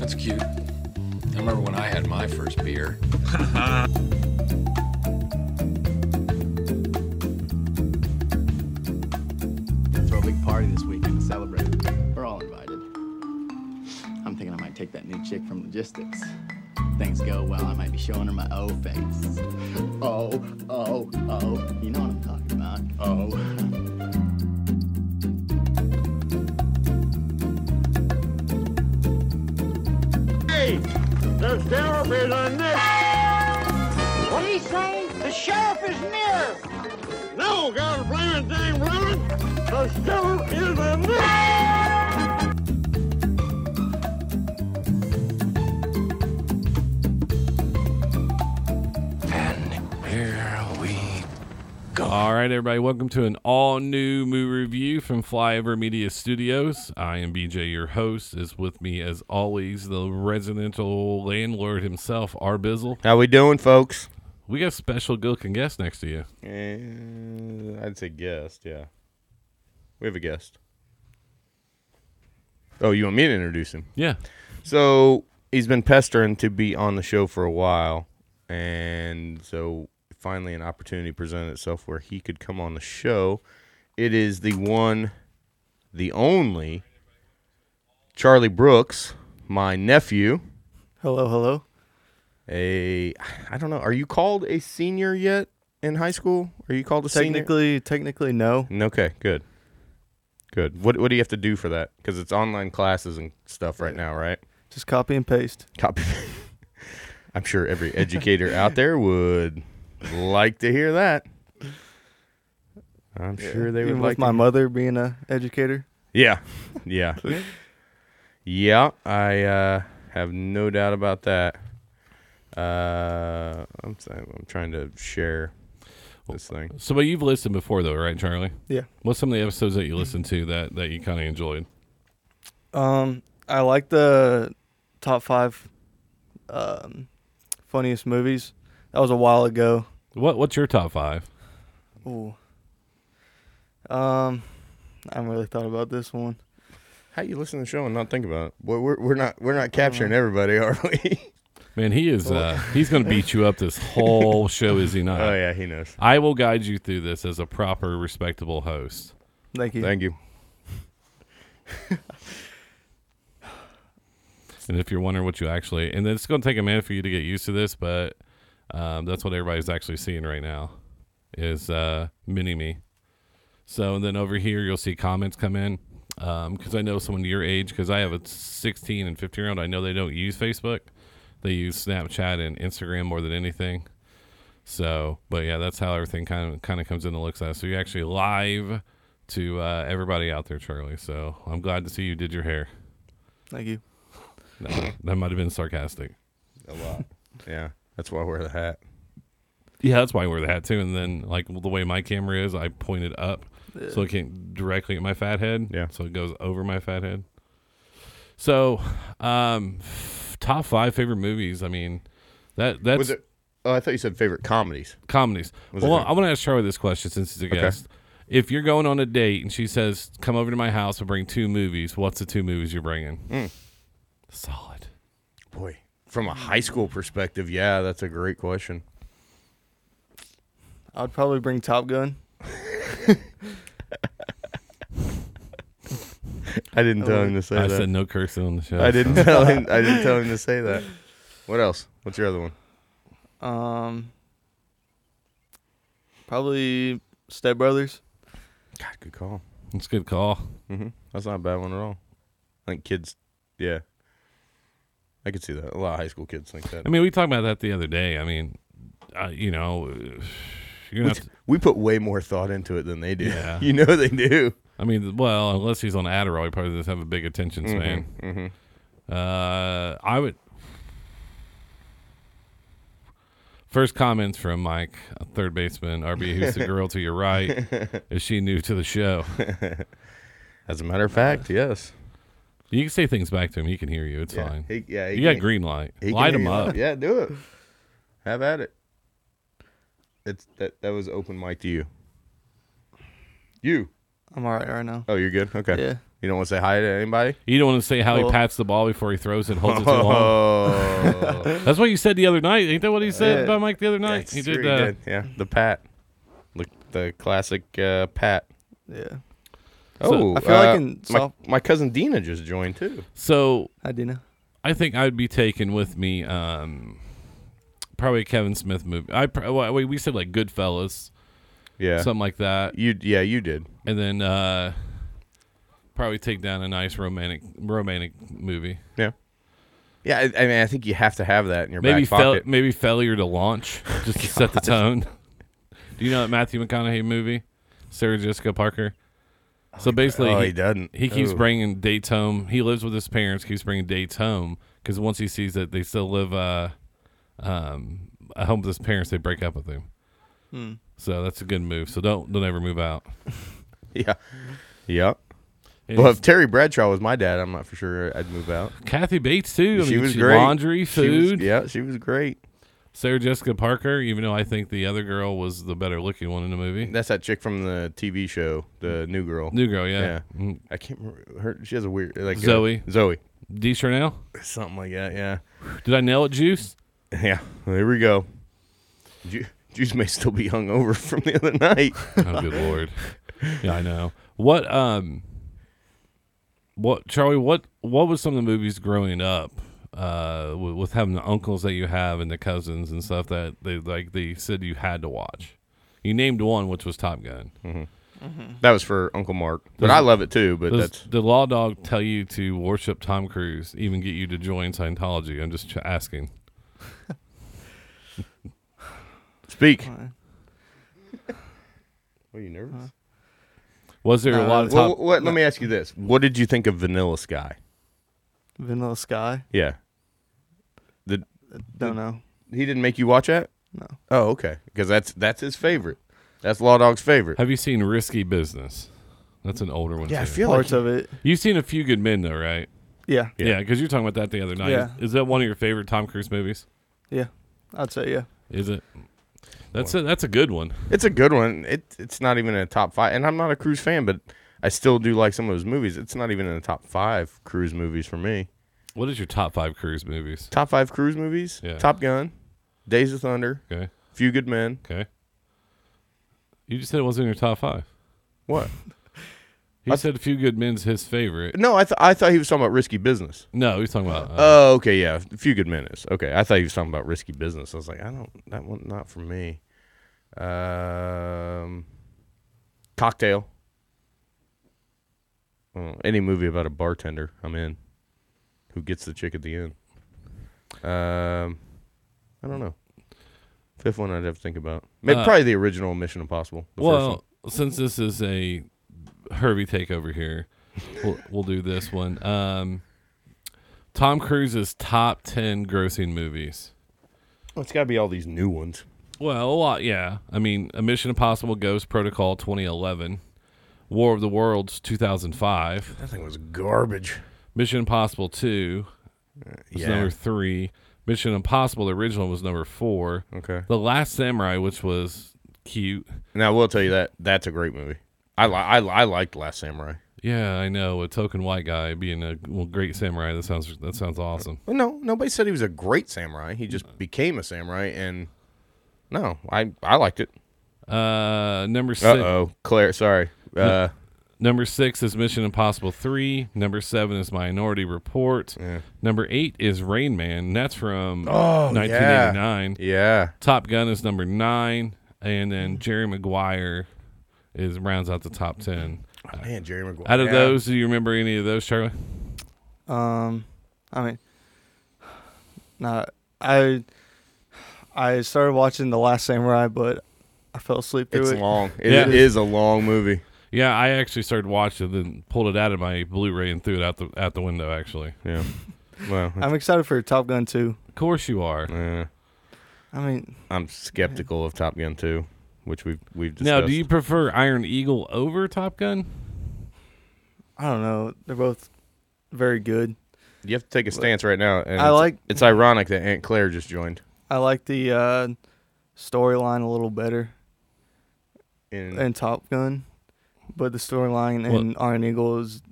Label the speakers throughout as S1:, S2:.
S1: That's cute. I remember when I had my first beer.
S2: Throw a big party this weekend to celebrate. We're all invited. I'm thinking I might take that new chick from logistics. Things go well, I might be showing her my O face. Oh, oh, oh. You know what I'm talking about. Oh.
S3: There's therapy on this. What do you say? The sheriff is near. No, God blame it, dang Rowan. The sheriff is on this.
S4: All right, everybody, welcome to an all new movie review from Flyover Media Studios. I am BJ, your host. Is with me as always the residential landlord himself, R Bizzle.
S5: How we doing, folks?
S4: We got special Gilkin guest next to you.
S5: Uh, I'd say guest, yeah. We have a guest. Oh, you want me to introduce him?
S4: Yeah,
S5: So he's been pestering to be on the show for a while, and so finally an opportunity presented itself where he could come on the show. It is the one, the only, Charlie Brooks, my nephew.
S6: Hello, hello.
S5: A, I don't know. Are you called a senior yet in high school? Are you called a senior?
S6: Technically, technically, no.
S5: Okay, good. Good. What what do you have to do for that? Because it's online classes and stuff right now, right?
S6: Just copy and paste.
S5: Copy. I'm sure every educator out there would like to hear that. I'm sure they would
S6: Even
S5: like.
S6: with
S5: to
S6: my
S5: hear-
S6: mother being a educator.
S5: yeah, yeah, yeah. I uh, have no doubt about that. Uh, I'm I'm trying to share this thing.
S4: so but you've listened before though, right, Charlie?
S6: Yeah.
S4: What's some of the episodes that you listened to that that you kind of enjoyed?
S6: Um, I like the top five um, funniest movies. That was a while ago.
S4: What What's your top five?
S6: Ooh. Um, I haven't really thought about this one.
S5: How you listen to the show and not think about it? Uh-huh. We're we're, we're not we're not capturing everybody, are we?
S4: Man, he is uh, he's going to beat you up this whole show, is he not?
S5: Oh yeah, he knows.
S4: I will guide you through this as a proper, respectable host.
S6: Thank you.
S5: Thank you.
S4: And if you're wondering what you actually, and it's going to take a minute for you to get used to this, but um, that's what everybody's actually seeing right now is uh, mini me. So and then over here you'll see comments come in because I know someone your age because I have a 16 and 15 year old. I know they don't use Facebook, they use Snapchat and Instagram more than anything. So, but yeah, that's how everything kind of kind of comes in and looks at. So you're actually live to uh, everybody out there, Charlie. So I'm glad to see you did your hair.
S6: Thank you.
S4: No, that might have been sarcastic.
S5: A lot. yeah, that's why I wear the hat.
S4: Yeah, that's why I wear the hat too. And then, like the way my camera is, I point it up so it can't directly at my fat head.
S5: Yeah.
S4: so it goes over my fat head. So, um, top five favorite movies. I mean, that that's
S5: Was it? Oh, I thought you said favorite comedies.
S4: comedies.
S5: Was
S4: well,
S5: it-
S4: I want to ask Charlie this question since he's a guest. If you're going on a date and she says, "Come over to my house and bring two movies," what's the two movies you're bringing?
S5: Mm.
S4: Solid.
S5: Boy, from a high school perspective, yeah, that's a great question.
S6: I'd probably bring Top Gun.
S5: I didn't tell him to say
S4: I
S5: that.
S4: said no cursing on the show.
S5: I didn't
S4: so-
S5: tell him. I didn't tell him to say that. What else? What's your other one?
S6: Um, probably Step Brothers.
S5: God, good call.
S4: It's a good call.
S5: hmm That's not a bad one at all. I think kids. Yeah, I could see that. A lot of high school kids think that.
S4: I mean, we talked about that the other day. I mean, uh, you know, you're
S5: we,
S4: not.
S5: we put way more thought into it than they do.
S4: Yeah.
S5: you know they do.
S4: I mean, well, unless he's on Adderall, he probably doesn't have a big attention
S5: Mm-hmm,
S4: span. Uh, I would. First comments from Mike, a third baseman RB, who's the girl to your right? Is she new to the show?
S5: As a matter of fact, yes.
S4: You can say things back to him. He can hear you. It's
S5: Yeah,
S4: fine.
S5: he- yeah, he
S4: you got
S5: can-
S4: green light.
S5: He can
S4: Light
S5: hear
S4: him
S5: you.
S4: up.
S5: Yeah, do it. Have at it. It's that that was open mic to you. You.
S6: I'm all right right now.
S5: Oh, you're good. Okay.
S6: Yeah.
S5: You don't want to say hi to anybody.
S4: You don't want to say how he
S6: Well-
S4: pats the ball before he throws it, holds it too long.
S5: Oh,
S4: That's what you said the other night. Ain't that what he said
S6: Yeah.
S4: about Mike the other night?
S5: That's
S4: he
S5: true,
S4: did uh, that.
S5: Yeah, the pat, look, the classic uh, pat.
S6: Yeah.
S5: Oh,
S6: I feel like
S5: uh,
S6: in
S5: my,
S6: soft-
S5: my cousin Dina just joined too.
S4: So
S6: Hi, Dina.
S4: I think I'd be taking with me um, probably a Kevin Smith movie. I pr- well, we we said like Goodfellas,
S5: Yeah,
S4: something like that,
S5: you yeah you did.
S4: and then uh, probably take down a nice romantic romantic movie.
S5: Yeah, yeah. I, I mean, I think you have to have that in your
S4: Maybe
S5: back
S4: fail
S5: pocket.
S4: maybe failure to launch just to set the tone. Do you know that Matthew McConaughey movie, Sarah Jessica Parker? So basically,
S5: oh, he doesn't.
S4: He keeps
S5: Oh.
S4: bringing dates home. He lives with his parents. Keeps bringing dates home because once he sees that they still live uh, um, at home with his parents, they break up with him.
S5: Hmm.
S4: So that's a good move. So don't don't ever move out.
S5: Yeah, yeah.
S4: And
S5: Well,
S4: he's-
S5: if Terry Bradshaw was my dad, I'm not for sure I'd move out.
S4: Kathy Bates too. I
S5: she
S4: mean,
S5: was great.
S4: Laundry,
S5: She was-
S4: food.
S5: yeah, she was great.
S4: Sarah Jessica Parker. Even though I think the other girl was the better looking one in the movie.
S5: That's that chick from the TV show, the new girl.
S4: New girl, yeah. Mm.
S5: Yeah. I can't remember her. She has a weird like uh,
S4: Zoe.
S5: Zoe,
S4: D. Chernel.
S5: something like that. Yeah,
S4: Did I nail it, Juice?
S5: yeah. Well, there we go. Ju- Juice may still be hung over from the other night.
S4: Oh, good lord. Yeah, I know. What um what Charlie, what what was some of the movies growing up? Uh, with, with having the uncles that you have and the cousins and stuff that they like, they said you had to watch. You named one, which was Top Gun.
S5: that was for Uncle Mark, but I love it too. But
S4: Does
S5: that's
S4: the law dog tell you to worship Tom Cruise, even get you to join Scientology? I'm just ch- asking.
S5: speak.
S6: Fine.
S5: Were you nervous?
S4: Was there a lot of
S5: Uh, well,
S4: uh, top?
S5: what, let me ask you this: What did you think of Vanilla Sky?
S6: Vanilla Sky.
S5: Yeah, the,
S6: Don't know.
S5: he didn't make you watch that.
S6: No.
S5: Oh, okay, because that's that's his favorite. That's Law Dog's favorite.
S4: Have you seen Risky Business? That's an older one.
S5: Yeah, I
S4: too.
S5: feel like
S6: Parts of it.
S4: you've seen a few good men though, right?
S6: Yeah.
S5: Yeah.
S4: Yeah, because you were talking about that the other night.
S6: Yeah.
S4: Is that one of your favorite Tom Cruise movies?
S6: Yeah. I'd say yeah.
S4: Is it? That's a that's a good one.
S5: It's a good one. It it's not even in a top five, and I'm not a Cruise fan, but I still do like some of his movies. It's not even in the top five Cruise movies for me.
S4: What is your top five Cruise movies?
S5: Top five Cruise movies:
S4: Yeah.
S5: Top Gun, Days of Thunder,
S4: Okay,
S5: Few Good Men.
S4: okay. You just said it wasn't your top five.
S5: What?
S4: He said "A Few Good Men's" his favorite.
S5: No, I th- I thought he was talking about Risky Business.
S4: No, he's talking about. Uh,
S5: Oh, okay, yeah, Few Good Men is okay. I thought he was talking about Risky Business. I was like, I don't that one not for me. Um, Cocktail. Oh, any movie about a bartender, I'm in. Who gets the chick at the end? Um, I don't know. Fifth one I'd have to think about. Maybe
S4: Uh,
S5: probably the original Mission Impossible. The first one.
S4: well, since this is a Herbie takeover here, we'll, we'll do this one. Um, Tom Cruise's top ten grossing movies.
S5: Well, it's got to be all these new ones.
S4: Well, a lot, yeah. I mean, a Mission Impossible Ghost Protocol 2011, War of the Worlds 2005,
S5: That thing was garbage.
S4: Mission Impossible 2 was
S5: Yeah.
S4: number 3, Mission Impossible the original was number 4.
S5: Okay.
S4: The Last Samurai which was cute.
S5: Now, I will tell you that that's a great movie. I li- I, li- I liked Last Samurai.
S4: Yeah, I know, a token white guy being a well, great samurai. That sounds that sounds awesome.
S5: Well, no, nobody said he was a great samurai. He just became a samurai, and no, I I liked it.
S4: Uh number 6
S5: Uh oh, Claire. Sorry. Uh,
S4: Number six is Mission Impossible three. Number seven is Minority Report. Number eight is Rain Man. and That's from
S5: Oh,
S4: 1989.
S5: yeah,
S4: Top Gun is number nine, and then Jerry Maguire is rounds out the top ten.
S5: man, Jerry Maguire.
S4: Out of
S5: Yeah.
S4: those, do you remember any of those, Charlie?
S6: Um, I mean, not I. I started watching The Last Samurai, but I fell asleep through
S5: it's
S6: it.
S5: long. It,
S4: Yeah.
S5: it is a long movie.
S4: Yeah, I actually started watching, it, then pulled it out of my Blu-ray and threw it out the out the window. Actually,
S5: Yeah. Well,
S6: I'm excited for Top Gun 2.
S4: of course you are.
S5: uh,
S6: I mean,
S5: I'm skeptical of Top Gun 2, which we've we've discussed.
S4: Now, do you prefer Iron Eagle over Top Gun?
S6: I don't know. They're both very good.
S5: You have to take a stance right now. And
S6: I
S5: it's-
S6: like-
S5: It's ironic that Aunt Claire just joined.
S6: I like the uh, storyline a little better
S5: In,
S6: in Top Gun, but the storyline
S4: Well-
S6: in Iron Eagle is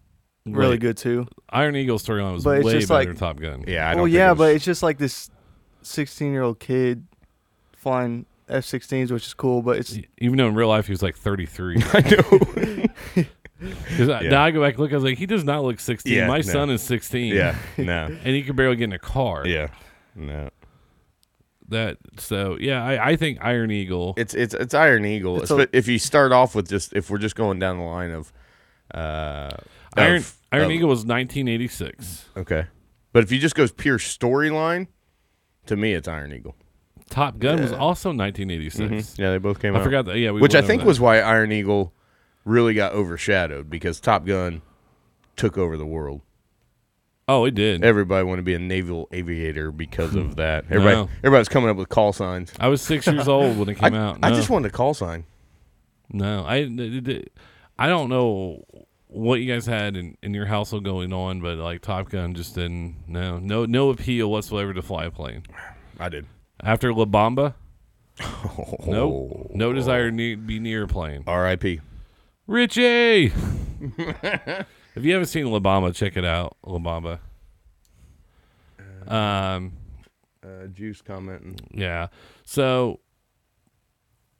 S6: really
S4: Right.
S6: good too.
S4: Iron Eagle storyline was
S6: But
S4: way
S6: it's
S4: better
S6: just like-
S4: than Top Gun.
S5: Yeah, I don't
S6: Well,
S5: think
S6: yeah,
S5: it was-
S6: but it's just like this 16 year old kid flying F-16s, which is cool. But it's
S4: Even though in real life he was like 33.
S5: I know.
S4: 'Cause I-
S5: Yeah.
S4: Now I go back and look, I was like, he does not look 16.
S5: Yeah,
S4: My
S5: no.
S4: son is 16.
S5: yeah, no,
S4: And he could barely get in a car.
S5: yeah, no.
S4: That so yeah, I, I think Iron Eagle.
S5: It's it's it's Iron Eagle.
S6: It's a-
S5: if you start off with just if we're just going down the line of, uh,
S4: Iron
S5: of-
S4: Iron
S5: of-
S4: Eagle was 1986.
S5: Okay, but if you just goes pure storyline, to me it's Iron Eagle.
S4: Top Gun was also 1986.
S5: Yeah, they both came
S4: I
S5: out.
S4: forgot that. Yeah, we
S5: Mm-hmm. which
S4: went
S5: I
S4: over
S5: think
S4: that.
S5: was why Iron Eagle really got overshadowed because Top Gun took over the world.
S4: Oh, it did.
S5: Everybody wanted to be a naval aviator because of that. Everybody,
S4: No.
S5: everybody was coming up with call signs.
S4: I was six years old when it
S5: I,
S4: came out.
S5: I
S4: No.
S5: just wanted a call sign.
S4: No, I, it- it- I don't know what you guys had in, in your household going on, but like Top Gun just didn't. No, no, no appeal whatsoever to fly a plane
S5: I did.
S4: after La Bamba.
S5: Oh.
S4: Nope, no desire to ne- be near a plane.
S5: R.I.P.
S4: Richie, if you haven't seen La Bamba, check it out. La Bamba. Um,
S5: Uh, Juice commenting.
S4: Yeah. So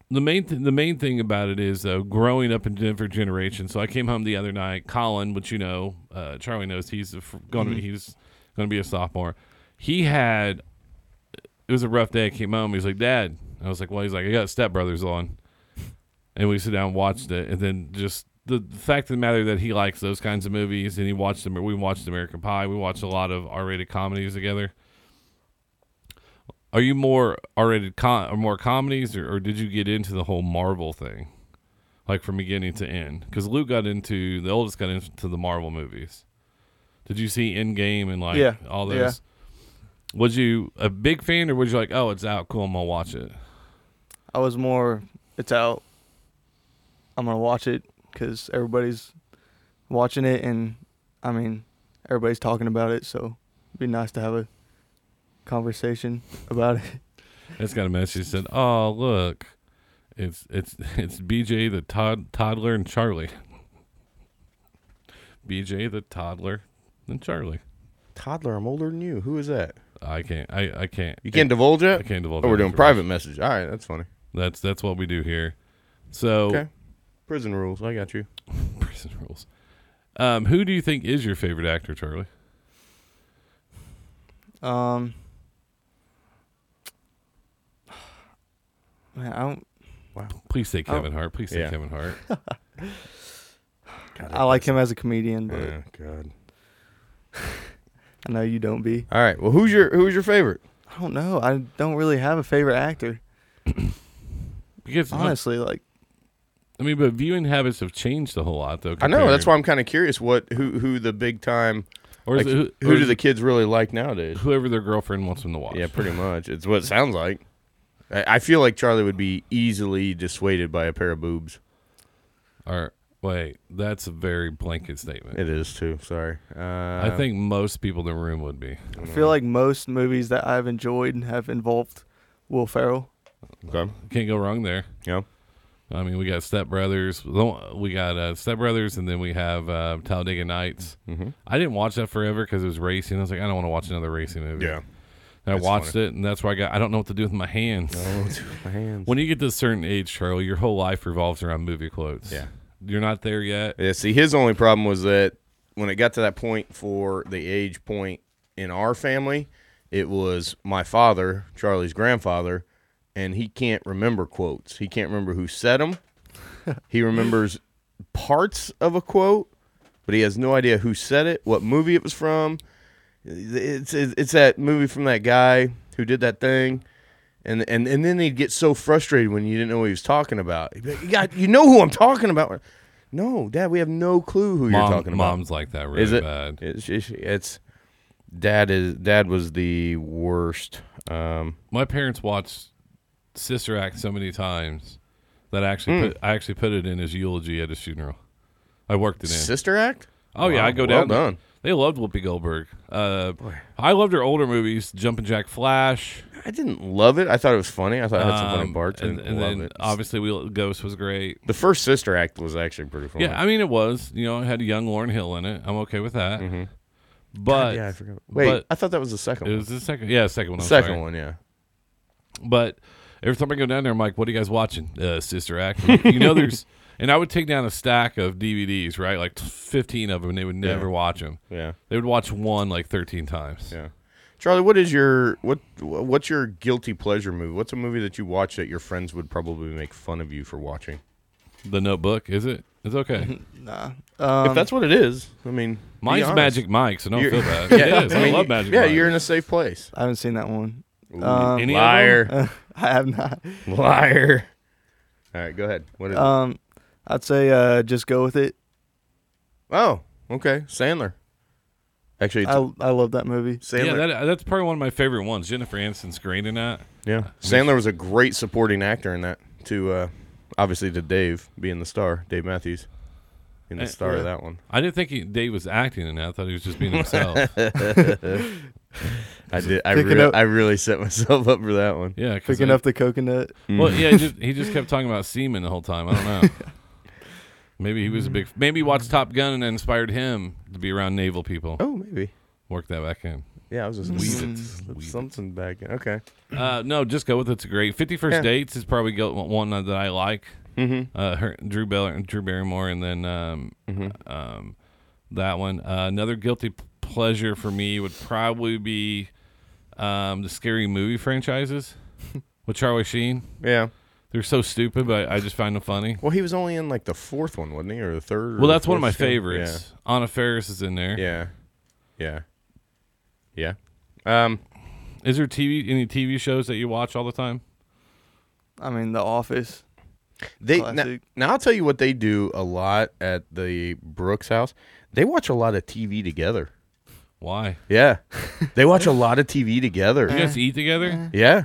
S4: the main th- the main thing about it is though, growing up in Denver generation. So I came home the other night. Colin, which you know, uh, Charlie knows, he's a fr- going to be he's going to be a sophomore. He had it was a rough day. I came home. He's like, Dad. I was like, Well, he's like, I got Step Brothers on, and we sit down and watched it, and then just. The, the fact of the matter that he likes those kinds of movies, and he watched them. We watched American Pie. We watched a lot of R-rated comedies together. Are you more R-rated com- or more comedies, or, or did you get into the whole Marvel thing, like from beginning to end? Because Luke got into the oldest got into the Marvel movies. Did you see Endgame and like
S6: Yeah,
S4: all those?
S6: yeah.
S4: Was you a big fan, or was you like, oh, it's out, cool, I'm gonna watch it?
S6: I was more, it's out. I'm gonna watch it because everybody's watching it, and I mean, everybody's talking about it, so it'd be nice to have a conversation about it.
S4: It's got a message that said, oh look, it's it's it's BJ the Todd toddler and Charlie. BJ the toddler and Charlie.
S5: Toddler, I'm older than you. Who is that?
S4: I can't. I I can't.
S5: You can't divulge it.
S4: I can't divulge
S5: Oh, we're
S4: that
S5: doing
S4: information.
S5: private message. All right, that's funny.
S4: That's that's what we do here. So
S5: Okay. Prison rules. I got you.
S4: prison rules. Um, who do you think is your favorite actor, Charlie?
S6: Um, man, I don't.
S4: Please say Kevin Hart. Please say
S5: Oh, Yeah.
S4: Kevin Hart.
S6: I like him as a comedian, but
S5: Oh, God.
S6: I know you don't be.
S5: All right. Well, who's your who's your favorite?
S6: I don't know. I don't really have a favorite actor,
S4: Because uh,
S6: honestly. Like,
S4: I mean, but viewing habits have changed a whole lot, though.
S5: I know.
S4: compared-
S5: That's why I'm kind of curious. What who who the big time?
S4: Or is
S5: like,
S4: it,
S5: who
S4: or
S5: do
S4: is
S5: the
S4: it
S5: kids really like nowadays?
S4: whoever their girlfriend wants them to watch?
S5: Yeah, pretty much. It's what it sounds like. I, I feel like Charlie would be easily dissuaded by a pair of boobs.
S4: Or wait, that's a very blanket statement.
S5: It is too. Sorry. Uh,
S4: I think most people in the room would be.
S6: I feel like most movies that I've enjoyed have involved Will Ferrell.
S5: Uh, Okay.
S4: Can't go wrong there.
S5: Yeah.
S4: I mean, we got Step Brothers. We got uh, Step Brothers, and then we have uh, Talladega Nights. Mm-hmm. I didn't watch that forever because it was racing. I was like, I don't want to watch another racing movie.
S5: Yeah.
S4: And I
S5: It's
S4: watched it, and that's where I got. I don't know what to do with my hands.
S5: Oh, it's my hands.
S4: When you get to a certain age, Charlie, your whole life revolves around movie quotes.
S5: Yeah.
S4: you're not there yet.
S5: Yeah, see, his only problem was that when it got to that point for the age point in our family, it was my father, Charlie's grandfather, and he can't remember quotes. He can't remember who said them. he remembers parts of a quote, but he has no idea who said it, what movie it was from. It's it's it's that movie from that guy who did that thing. And, and, and then he'd get so frustrated when you didn't know what he was talking about. He'd be like, you, got, you know who I'm talking about. No, Dad, we have no clue who
S4: Mom-
S5: you're talking about.
S4: mom's like that really
S5: is it?
S4: bad.
S5: It's, it's, it's- Dad is Dad was the worst. Um,
S4: My parents watched Sister Act so many times that I actually
S5: Hmm.
S4: put, I actually put it in his eulogy at his funeral. I worked it in.
S5: Sister Act.
S4: Oh yeah,
S5: Wow,
S4: I go
S5: well
S4: down.
S5: done.
S4: They loved Whoopi Goldberg. Uh, I loved her older movies, Jumpin' Jack Flash.
S5: I didn't love it. I thought it was funny. I thought it had some funny
S4: um,
S5: parts. I
S4: and,
S5: didn't
S4: and
S5: love
S4: then
S5: it.
S4: obviously, we, Ghost was great.
S5: the first sister act was actually pretty funny.
S4: Yeah, I mean, it was. You know, it had a young Lauren Hill in it. I'm okay with that.
S5: Mm-hmm.
S4: But
S5: yeah, I forgot. Wait,
S4: but-
S5: I thought that was the second
S4: it
S5: one.
S4: was the second. Yeah, second one. I'm
S5: second
S4: sorry.
S5: one, yeah.
S4: But every time I go down there, I'm like, "What are you guys watching, uh, Sister Act?" You- You know, there's, and I would take down a stack of DVDs, right, like 15 of them, and they would never watch 'em. watch them.
S5: Yeah.
S4: They would watch one like 13 times.
S5: Yeah. Charlie, what is your what what's your guilty pleasure movie? What's a movie that you watch that your friends would probably make fun of you for watching?
S4: The Notebook, is it? It's okay.
S6: Nah. Um,
S5: if that's what it is, I mean, be
S4: Mine's
S5: honest.
S4: Magic Mike, so don't
S5: You're-
S4: feel bad. yeah, it is. I,
S5: mean,
S4: love Magic
S5: Yeah,
S4: Mike.
S5: you're in a safe place. Um,
S6: I haven't seen that one.
S4: Any of them?
S5: Liar,
S6: I have not.
S5: liar. All right, go ahead. What is it?
S6: Um, I'd say uh, just go with it.
S5: Oh, okay, Sandler. Actually, it's
S6: I I love that movie.
S5: Sandler.
S4: Yeah, that, that's probably one of my favorite ones. Jennifer Aniston's great in that.
S5: Yeah. Sandler was a great supporting actor in that. To uh, obviously to Dave being the star, Dave Matthews, being the
S4: Eh,
S5: star of that one.
S4: I didn't think he, Dave was acting in that. I thought he was just being himself.
S5: I did. I
S6: Picking
S5: really,
S6: up-
S5: I really set myself up for that one.
S4: yeah, 'cause
S6: Picking
S4: I-
S6: up the coconut.
S4: Well,
S5: Mm.
S4: yeah, he just, he just kept talking about semen the whole time. I don't know. maybe he was a big. Maybe he watched Top Gun and it inspired him to be around naval people.
S5: Mm. Oh, maybe.
S4: Work that back in.
S5: Yeah, I was just
S4: Weave it.
S5: slip
S4: Weave it.
S5: something back in. Okay.
S4: Uh, no, just go with it. It's great. Fifty First
S5: Yeah.
S4: Dates is probably go, one that I like. Mm-hmm. Uh, her, Drew Bell, Drew Barrymore, and then um,
S5: Mm-hmm.
S4: um, that one. Uh, another guilty p- pleasure for me would probably be um, the scary movie franchises with Charlie Sheen.
S5: Yeah.
S4: They're so stupid, but I just find them funny.
S5: Well, he was only in like the fourth one, wasn't he, or the third? or
S4: Well,
S5: the
S4: that's one of my
S5: fourth show?
S4: favorites. Anna Ferris is in there.
S5: Yeah. Yeah. Yeah. Yeah. Um.
S4: Is there TV any TV shows that you watch all the time?
S6: I mean, The Office.
S5: They now,
S6: Classic.
S5: now I'll tell you what they do a lot at the Brooks house. They watch a lot of TV together.
S4: Why?
S5: Yeah. they watch a lot of TV together.
S4: You guys eat together?
S5: Yeah.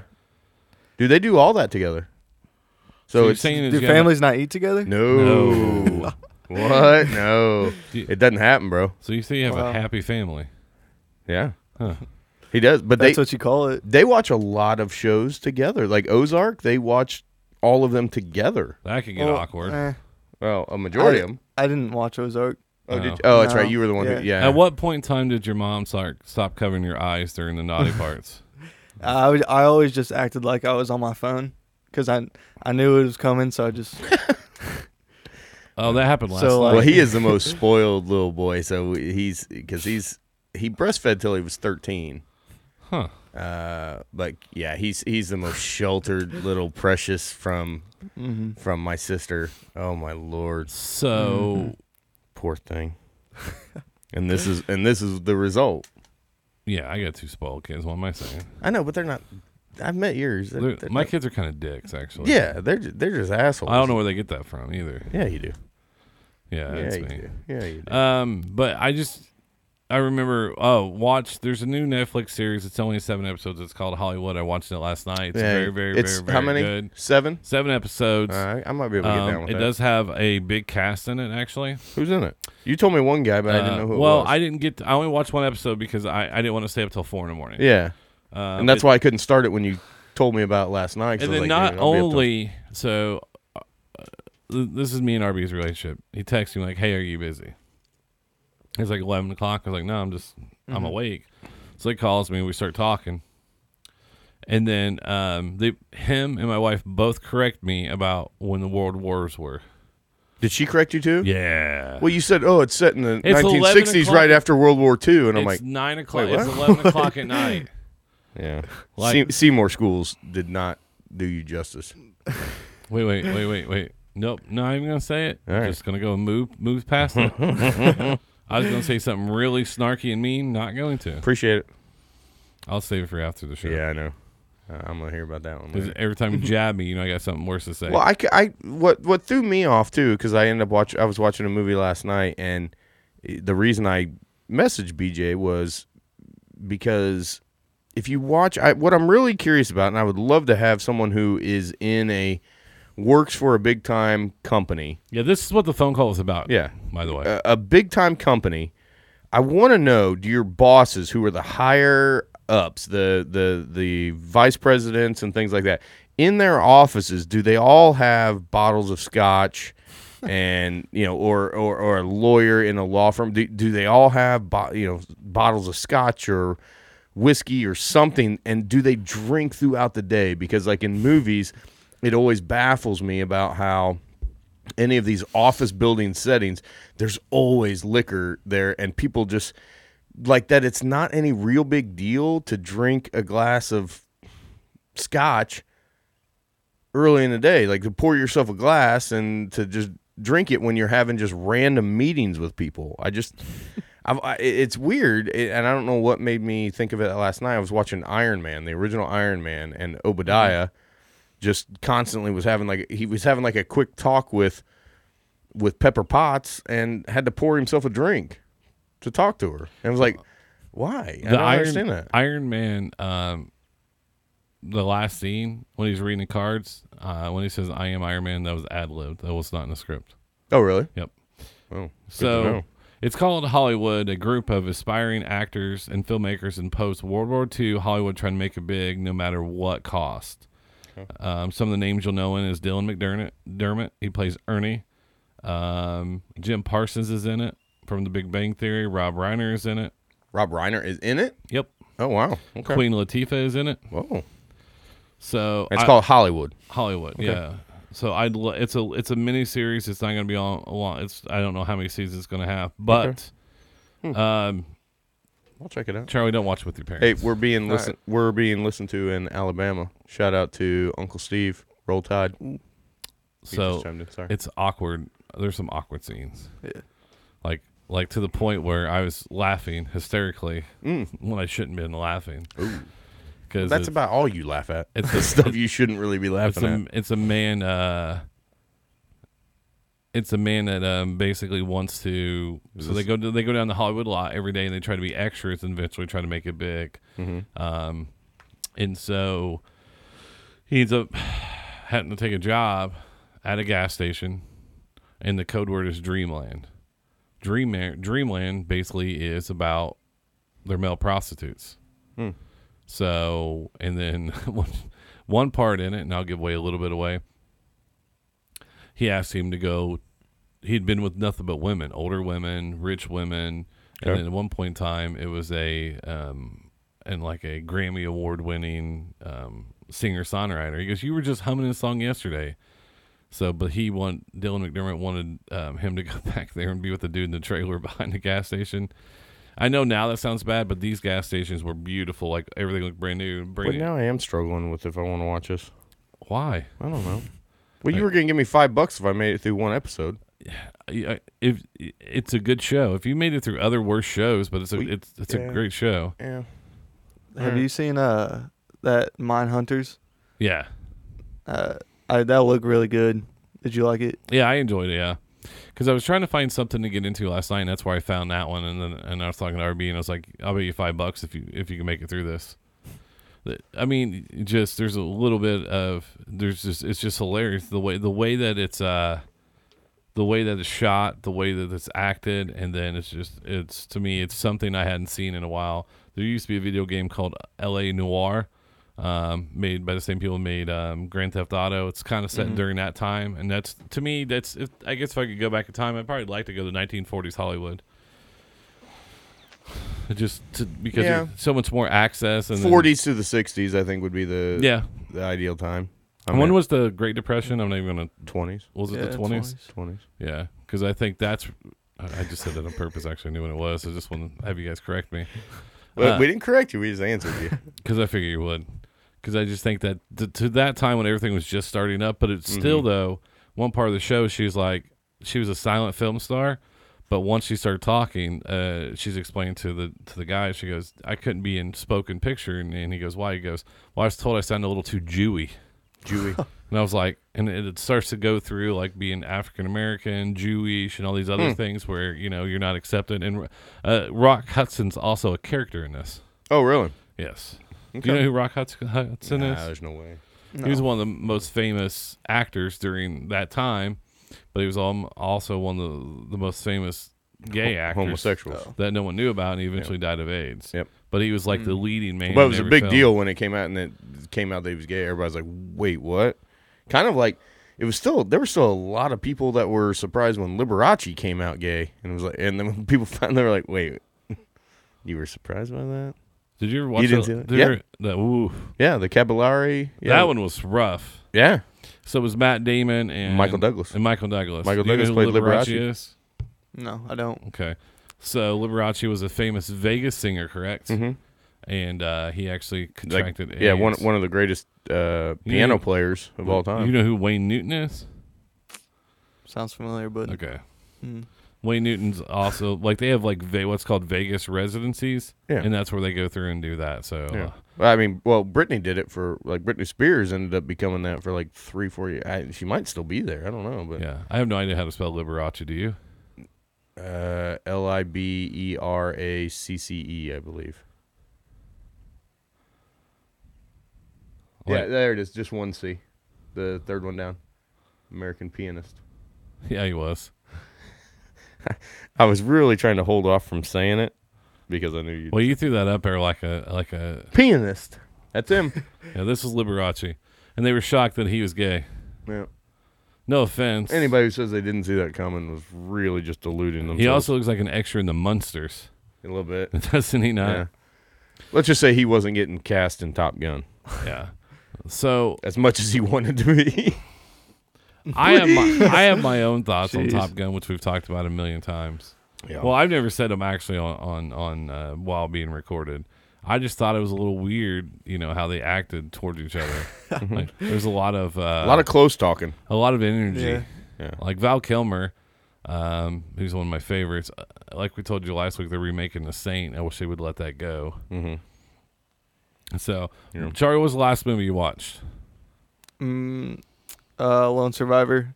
S5: Dude, they do all that together. So,
S4: So you're
S5: it's
S4: saying is
S6: Do
S4: you have-
S6: families not eat together?
S5: no. what? No. It doesn't happen, bro.
S4: So you say you have
S6: Wow.
S4: a happy family?
S5: Yeah.
S4: Huh.
S5: He does, but
S6: That's
S5: they
S6: what you call it.
S5: they watch a lot of shows together. Like Ozark, they watch all of them together.
S4: That could get
S6: Well,
S4: awkward.
S6: eh,
S5: Well, a
S6: I,
S5: majority of them.
S6: I didn't watch Ozark.
S5: Oh,
S4: No.
S5: did you? oh that's right.
S6: No.
S5: You were the one
S6: Yeah.
S5: who. Yeah.
S4: At what point in time did your mom start stop covering your eyes during the naughty parts?
S6: I was- I always just acted like I was on my phone because I I knew it was coming, so I just
S4: Oh, that happened last
S6: So,
S4: night.
S6: like-
S5: Well, he is the most spoiled little boy. So he's because he's he breastfed till he was thirteen.
S4: Huh.
S5: Uh, but yeah, he's he's the most sheltered little precious from from my sister. Oh my lord,
S4: So
S5: poor thing. and this is and this is the result.
S4: yeah, I got two spoiled kids. What am I saying?
S5: I know, but they're not. I've met yours. They're-
S4: They're-
S5: they're
S4: my
S5: not-
S4: kids are kind of dicks, actually.
S5: yeah, they're ju- they're just assholes.
S4: I don't know where they get that from either.
S5: Yeah, you do.
S4: Yeah,
S5: Yeah,
S4: it's
S5: you
S4: me.
S5: do. Yeah, you do.
S4: Um, but I just I remember oh watch there's a new Netflix series. It's only seven episodes. It's called Hollywood. I watched it last night. It's
S5: yeah,
S4: very very
S5: it's
S4: very very
S5: how many?
S4: good.
S5: Seven.
S4: Seven episodes.
S5: All right, I might be able to get
S4: Um,
S5: down with
S4: it
S5: that.
S4: does have a big cast in it actually.
S5: Who's in it? You told me one guy, but I didn't
S4: Uh,
S5: know who.
S4: well,
S5: it was.
S4: I didn't get. To, I only watched one episode because I, I didn't want to stay up till four in the morning.
S5: Yeah,
S4: Um,
S5: and that's
S4: it-
S5: why I couldn't start it when you told me about last night. 'cause
S4: And
S5: I was
S4: then
S5: like,
S4: not
S5: dude, I'll be up till-
S4: only so. uh, th- This is me and Arby's relationship. He texts me like, "Hey, are you busy?" It's like eleven o'clock. I was like, "No, I'm just
S5: Mm-hmm.
S4: I'm awake." So he calls me. We start talking, and then um, they him and my wife both correct me about when the world wars were.
S5: did she correct you too?
S4: Yeah,
S5: Well, you said, oh, it's set in the
S4: It's 11
S5: 1960s,
S4: o'clock.
S5: right after World War II, and I'm
S4: it's
S5: like,
S4: nine o'clock.
S5: wait,
S4: it's
S5: what?
S4: eleven o'clock at night.
S5: yeah.
S4: Like-
S5: Se- Seymour Schools did not do you justice.
S4: Wait, wait, wait, wait, wait. Nope, not even gonna say it.
S5: All right.
S4: Just gonna go and move move past it. I was gonna say something really snarky and mean. Not going to.
S5: Appreciate it.
S4: I'll save it for after the show.
S5: Yeah, I know. Uh, I'm gonna hear about that one.
S4: 'Cause
S5: later.
S4: every time you jab me, you know I got something worse to say.
S5: Well, I, ca- I what what threw me off too because I ended up watch I was watching a movie last night and eh, the reason I messaged BJ was because if you watch I, what I'm really curious about and I would love to have someone who is in a works for a big time company
S4: yeah, this is what the phone call was about.
S5: Yeah. Uh,
S4: By the way,
S5: a, a big time company I want to know: Do your bosses, who are the higher ups, the the the vice presidents and things like that, in their offices, do they all have bottles of scotch, and you know, or or, or a lawyer in a law firm? Do, do they all have bo- you know bottles of scotch or whiskey or something? And do they drink throughout the day? Because like in movies, it always baffles me about how any of these office building settings, there's always liquor there, and people just like that. It's not any real big deal to drink a glass of scotch early in the day, like to pour yourself a glass and to just drink it when you're having just random meetings with people. I just. I've, I, it's weird, it- and I don't know what made me think of it last night. I was watching Iron Man, the original Iron Man, and Obadiah just constantly was having like he was having like a quick talk with with Pepper Potts and had to pour himself a drink to talk to her. And I was like, why? I don't understand that.
S4: Iron Man, um, the last scene when he's reading the cards, uh, when he says "I am Iron Man," that was ad libbed. That was not in the script.
S5: oh, really?
S4: Yep.
S5: Oh, good to
S4: So
S5: know.
S4: it's called Hollywood, a group of aspiring actors and filmmakers in post World War II Hollywood trying to make it big no matter what cost. Um, some of the names you'll know in is Dylan McDermott. Dermott, he plays Ernie. Um, Jim Parsons is in it from The Big Bang Theory. Rob Reiner is in it.
S5: Rob Reiner is in it.
S4: Yep.
S5: Oh wow. Okay.
S4: Queen Latifah is in it.
S5: Whoa.
S4: So
S5: It's
S4: I-
S5: called Hollywood.
S4: Hollywood. Yeah. So I'd lo- it's a it's a mini series. It's not going to be on a long. It's I don't know how many seasons it's going to have, but.
S5: I'll check it out.
S4: Charlie, don't watch with your
S5: Hey,
S4: parents.
S5: we're being listen we're being listened to in Alabama. Shout out to Uncle Steve. Roll Tide.
S4: so
S5: just chimed in, sorry.
S4: it's awkward. There's some awkward scenes. Yeah. Like like to the point where I was laughing hysterically when I shouldn't have been laughing. Because
S5: Mm. That's about all you laugh at.
S4: it's
S5: It's
S4: a-
S5: the stuff you shouldn't really be
S4: it's
S5: laughing at.
S4: a, it's a man uh it's a man that um, basically wants to. so they go to, they go down the Hollywood lot every day, and they try to be extras, and eventually try to make it big. Um, and so he ends up having to take a job at a gas station, and the code word is Dreamland. Dream Dreamland basically is about their male prostitutes. So, and then one, one part in it, and I'll give away a little bit away. He asked him to go. He'd been with nothing but women, older women, rich women, and
S5: Okay.
S4: then at one point in time, it was a um, and like a Grammy award winning um, singer songwriter. He goes, "You were just humming a song yesterday." So, but he want Dylan McDermott wanted um, him to go back there and be with the dude in the trailer behind the gas station. I know now that sounds bad, but these gas stations were beautiful. Like everything looked brand new.
S5: But
S4: Brand new.
S5: now I am struggling with if I want to watch this.
S4: Why?
S5: I don't know. Well, you were gonna give me five bucks if I made it through one episode.
S4: I- I- If it's a good show, if you made it through other worse shows, but it's a it's it's
S5: yeah.
S4: a great show.
S5: Yeah.
S6: Have you seen uh that Mine Hunters?
S4: Yeah,
S6: Uh, I, that looked really good. Did you like it?
S4: yeah, I enjoyed it. Yeah, because I was trying to find something to get into last night. And that's where I found that one, and then and I was talking to RB, and I was like, "I'll bet you five bucks if you if you can make it through this." That- I mean, just there's a little bit of there's just it's just hilarious the way the way that it's uh the way that it's shot, the way that it's acted, and then it's just it's to me it's something I hadn't seen in a while. There used to be a video game called L.A. Noir, um, made by the same people who made um, Grand Theft Auto. It's kind of set
S5: Mm-hmm.
S4: during that time, and that's to me that's if, I guess if I could go back in time, I'd probably like to go to 1940s Hollywood. Just to, because
S5: Yeah.
S4: there's so much more access and then-
S5: Forties to the sixties, I think, would be the
S4: Yeah.
S5: the ideal time. I
S4: And when was the Great Depression? I'm not even gonna.
S5: twenties?
S4: Was it
S6: Yeah,
S4: the 20s?
S6: 20s.
S5: Twenties.
S4: Yeah, because I think that's. I I just said that on purpose. Actually, I knew what it was. I just want to have you guys correct me
S5: But
S4: Uh,
S5: we didn't correct you. We just answered you.
S4: because I figure you would. Because I just think that t- to that time when everything was just starting up, but it's still though one part of the show. She's like she was a silent film star, but once she started talking, uh, she's explaining to the to the guy. She goes, "I couldn't be in spoken picture," and, and he goes, "Why?" He goes, "Well, I was told I sounded a little too Jewy."
S5: Jewy.
S4: And I was like, and it, it starts to go through like being African American, Jewish, and all these
S5: Hmm.
S4: other things where you know you're not accepted. And uh, Rock Hudson's also a character in this.
S5: Oh, really?
S4: Yes. Do you know who Rock Huds- Hudson
S5: Nah,
S4: is?
S5: there's no way.
S4: He was one of the most famous actors during that time, but he was al- also one of the, the most famous gay actors
S5: homosexuals.
S4: that no one knew about, and he eventually died of AIDS.
S5: Yep. Hmm.
S4: But he was like the leading man.
S5: But it
S4: in
S5: was a
S4: every
S5: big
S4: film.
S5: deal when it came out, and it came out that he was gay. Everybody's like, "Wait, what?" Kind of like it was still there were still a lot of people that were surprised when Liberace came out gay, and it was like, and then when people found they were like, "Wait, you were surprised by that?"
S4: Did you ever watch
S5: didn't
S4: the-
S5: see that?
S4: did you
S5: Yeah.
S4: ever- the- ooh,
S5: Yeah, the Caballari. Yeah,
S4: That one was rough.
S5: Yeah,
S4: So it was Matt Damon and
S5: Michael Douglas.
S4: And Michael Douglas.
S5: Michael
S4: Do you know
S5: Douglas
S4: who
S5: played Liberace.
S4: is?
S6: No, I don't.
S4: Okay. So Liberace was a famous Vegas singer, correct? Mm-hmm. And uh, he actually
S5: like,
S4: contracted
S5: yeah, one
S4: AIDS.
S5: one of the greatest uh, piano
S4: know-
S5: players of all time.
S4: You know who Wayne Newton is?
S6: Sounds familiar, but
S4: Okay. Wayne Newton's also like they have like ve- what's called Vegas residencies,
S5: Yeah.
S4: and that's where they go through and do that. So uh,
S5: Yeah. Well, I mean, well, Britney did it for like Britney Spears ended up becoming that for like three, four years. I, she might still be there. I don't know, but
S4: yeah, I have no idea how to spell Liberace. Do you?
S5: uh, L I B E R A C C E, I believe. Yeah,
S4: Like-
S5: there it is. Just one C, the third one down. American pianist.
S4: Yeah, he was.
S5: I was really trying to hold off from saying it because I knew you.
S4: Well, you threw that up there like a like a
S5: pianist. That's him.
S4: yeah. This was Liberace, and they were shocked that he was gay.
S5: yeah.
S4: No offense.
S5: Anybody who says they didn't see that coming was really just deluding themselves.
S4: He also looks like an extra in the Munsters,
S5: a little bit.
S4: doesn't he?
S5: Yeah.
S4: Not.
S5: Let's just say he wasn't getting cast in Top Gun
S4: Yeah. So
S5: as much as he wanted to be.
S4: I have my, I have my own thoughts on
S5: Jeez.
S4: Top Gun, which we've talked about a million times.
S5: Yeah.
S4: Well, I've never said them actually on on, on uh, while being recorded. I just thought it was a little weird, you know, how they acted towards each other. like, there's a lot of uh,
S5: a lot of close talking.
S4: a lot of energy.
S6: Yeah.
S5: Yeah.
S4: Like Val Kilmer, um, who's one of my favorites. uh, Like we told you last week, they're remaking The Saint. I wish they would let that go. Mm-hmm. So, Charlie, what was the last movie you watched?
S6: Mm, uh, Lone Survivor.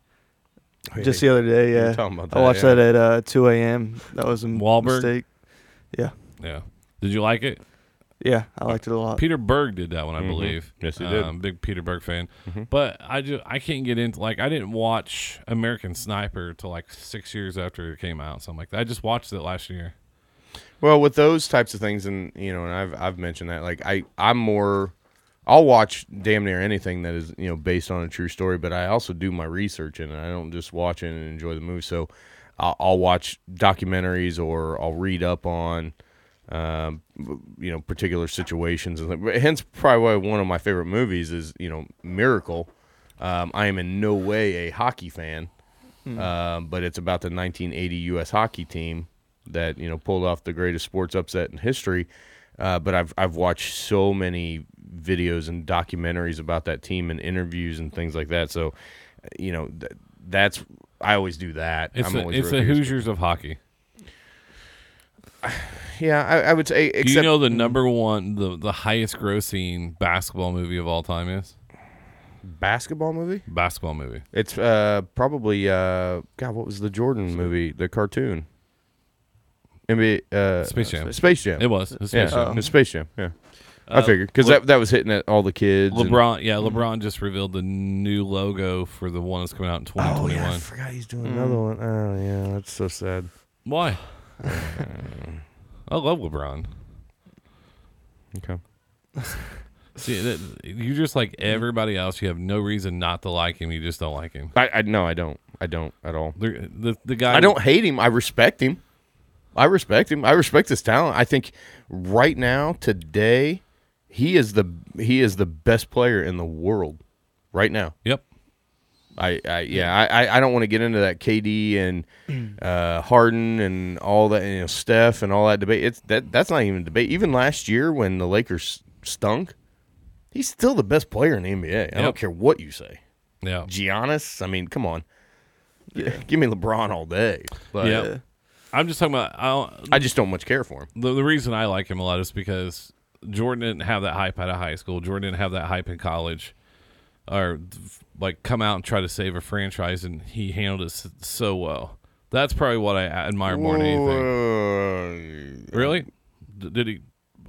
S6: Just the
S5: yeah.
S6: other day,
S5: were
S6: yeah.
S5: talking about
S6: I
S5: that,
S6: watched
S5: yeah.
S6: that at uh, 2 a.m. That was a m-
S4: Wahlberg?
S6: mistake. Yeah,
S4: Yeah. Did you like it?
S6: yeah, I liked it a lot.
S4: Peter Berg did that one, I believe.
S5: Mm-hmm. Yes, he did. Mm-hmm.
S4: Um, big Peter Berg fan. But I just I can't get into like I didn't watch American Sniper till like six years after it came out. So I'm like I just watched it last year.
S5: Well, with those types of things, and you know, and I've I've mentioned that. Like I I'm more, I'll watch damn near anything that is you know based on a true story, but I also do my research in it. I don't just watch it and enjoy the movie. So I'll, I'll watch documentaries or I'll read up on. Um, you know, particular situations, and like- hence probably why one of my favorite movies is you know Miracle. Um, I am in no way a hockey fan,
S4: Hmm.
S5: um, but it's about the 1980 U.S. hockey team that you know pulled off the greatest sports upset in history. Uh, but I've I've watched so many videos and documentaries about that team and interviews and things like that. So, uh, you know, th- that's I always do that.
S4: It's a,
S5: always
S4: it's
S5: real
S4: the
S5: curious.
S4: Hoosiers of hockey.
S5: Yeah, I, I would say.
S4: Do
S5: Except, Mm-hmm.
S4: you know the number one the the highest grossing basketball movie of all time is
S5: basketball movie?
S4: basketball movie.
S5: It's uh, probably uh, God. What was the Jordan movie? The cartoon. NBA uh,
S4: Space Jam.
S5: Space Jam.
S4: It was. It was
S5: Yeah, Uh,
S4: Space Jam. Uh,
S5: it's Space Jam. Yeah, I figured because that that was hitting at all the kids. and-
S4: LeBron, yeah,
S5: Mm-hmm.
S4: LeBron just revealed the new logo for the one that's coming out in
S5: oh yeah,
S4: 2021.
S5: I forgot he's doing another one. Oh yeah, that's so sad.
S4: Why? I love LeBron.
S5: Okay.
S4: See, that, you're just like everybody else. You have no reason not to like him. You just don't like him.
S5: I, I no, I don't. I don't at all.
S4: The the, the guy.
S5: I don't hate him. I respect him. I respect him. I respect his talent. I think right now, today, he is the he is the best player in the world. Right now.
S4: Yep.
S5: I, I yeah, I, I- I don't want to get into that KD and uh, Harden and all that, you know, Steph and all that debate. It's that that's not even a debate. Even last year when the Lakers stunk, he's still the best player in the NBA. I
S4: Yep.
S5: don't care what you say,
S4: Yeah.
S5: Giannis. I mean, come on, give me LeBron all day. But
S4: Yeah. I'm just talking about. I don't,
S5: I just don't much care for him.
S4: the, the reason I like him a lot is because Jordan didn't have that hype out of high school. Jordan didn't have that hype in college, or like come out and try to save a franchise, and he handled it s- so well. That's probably what I admire more than anything.
S5: Uh,
S4: Really? D- did he?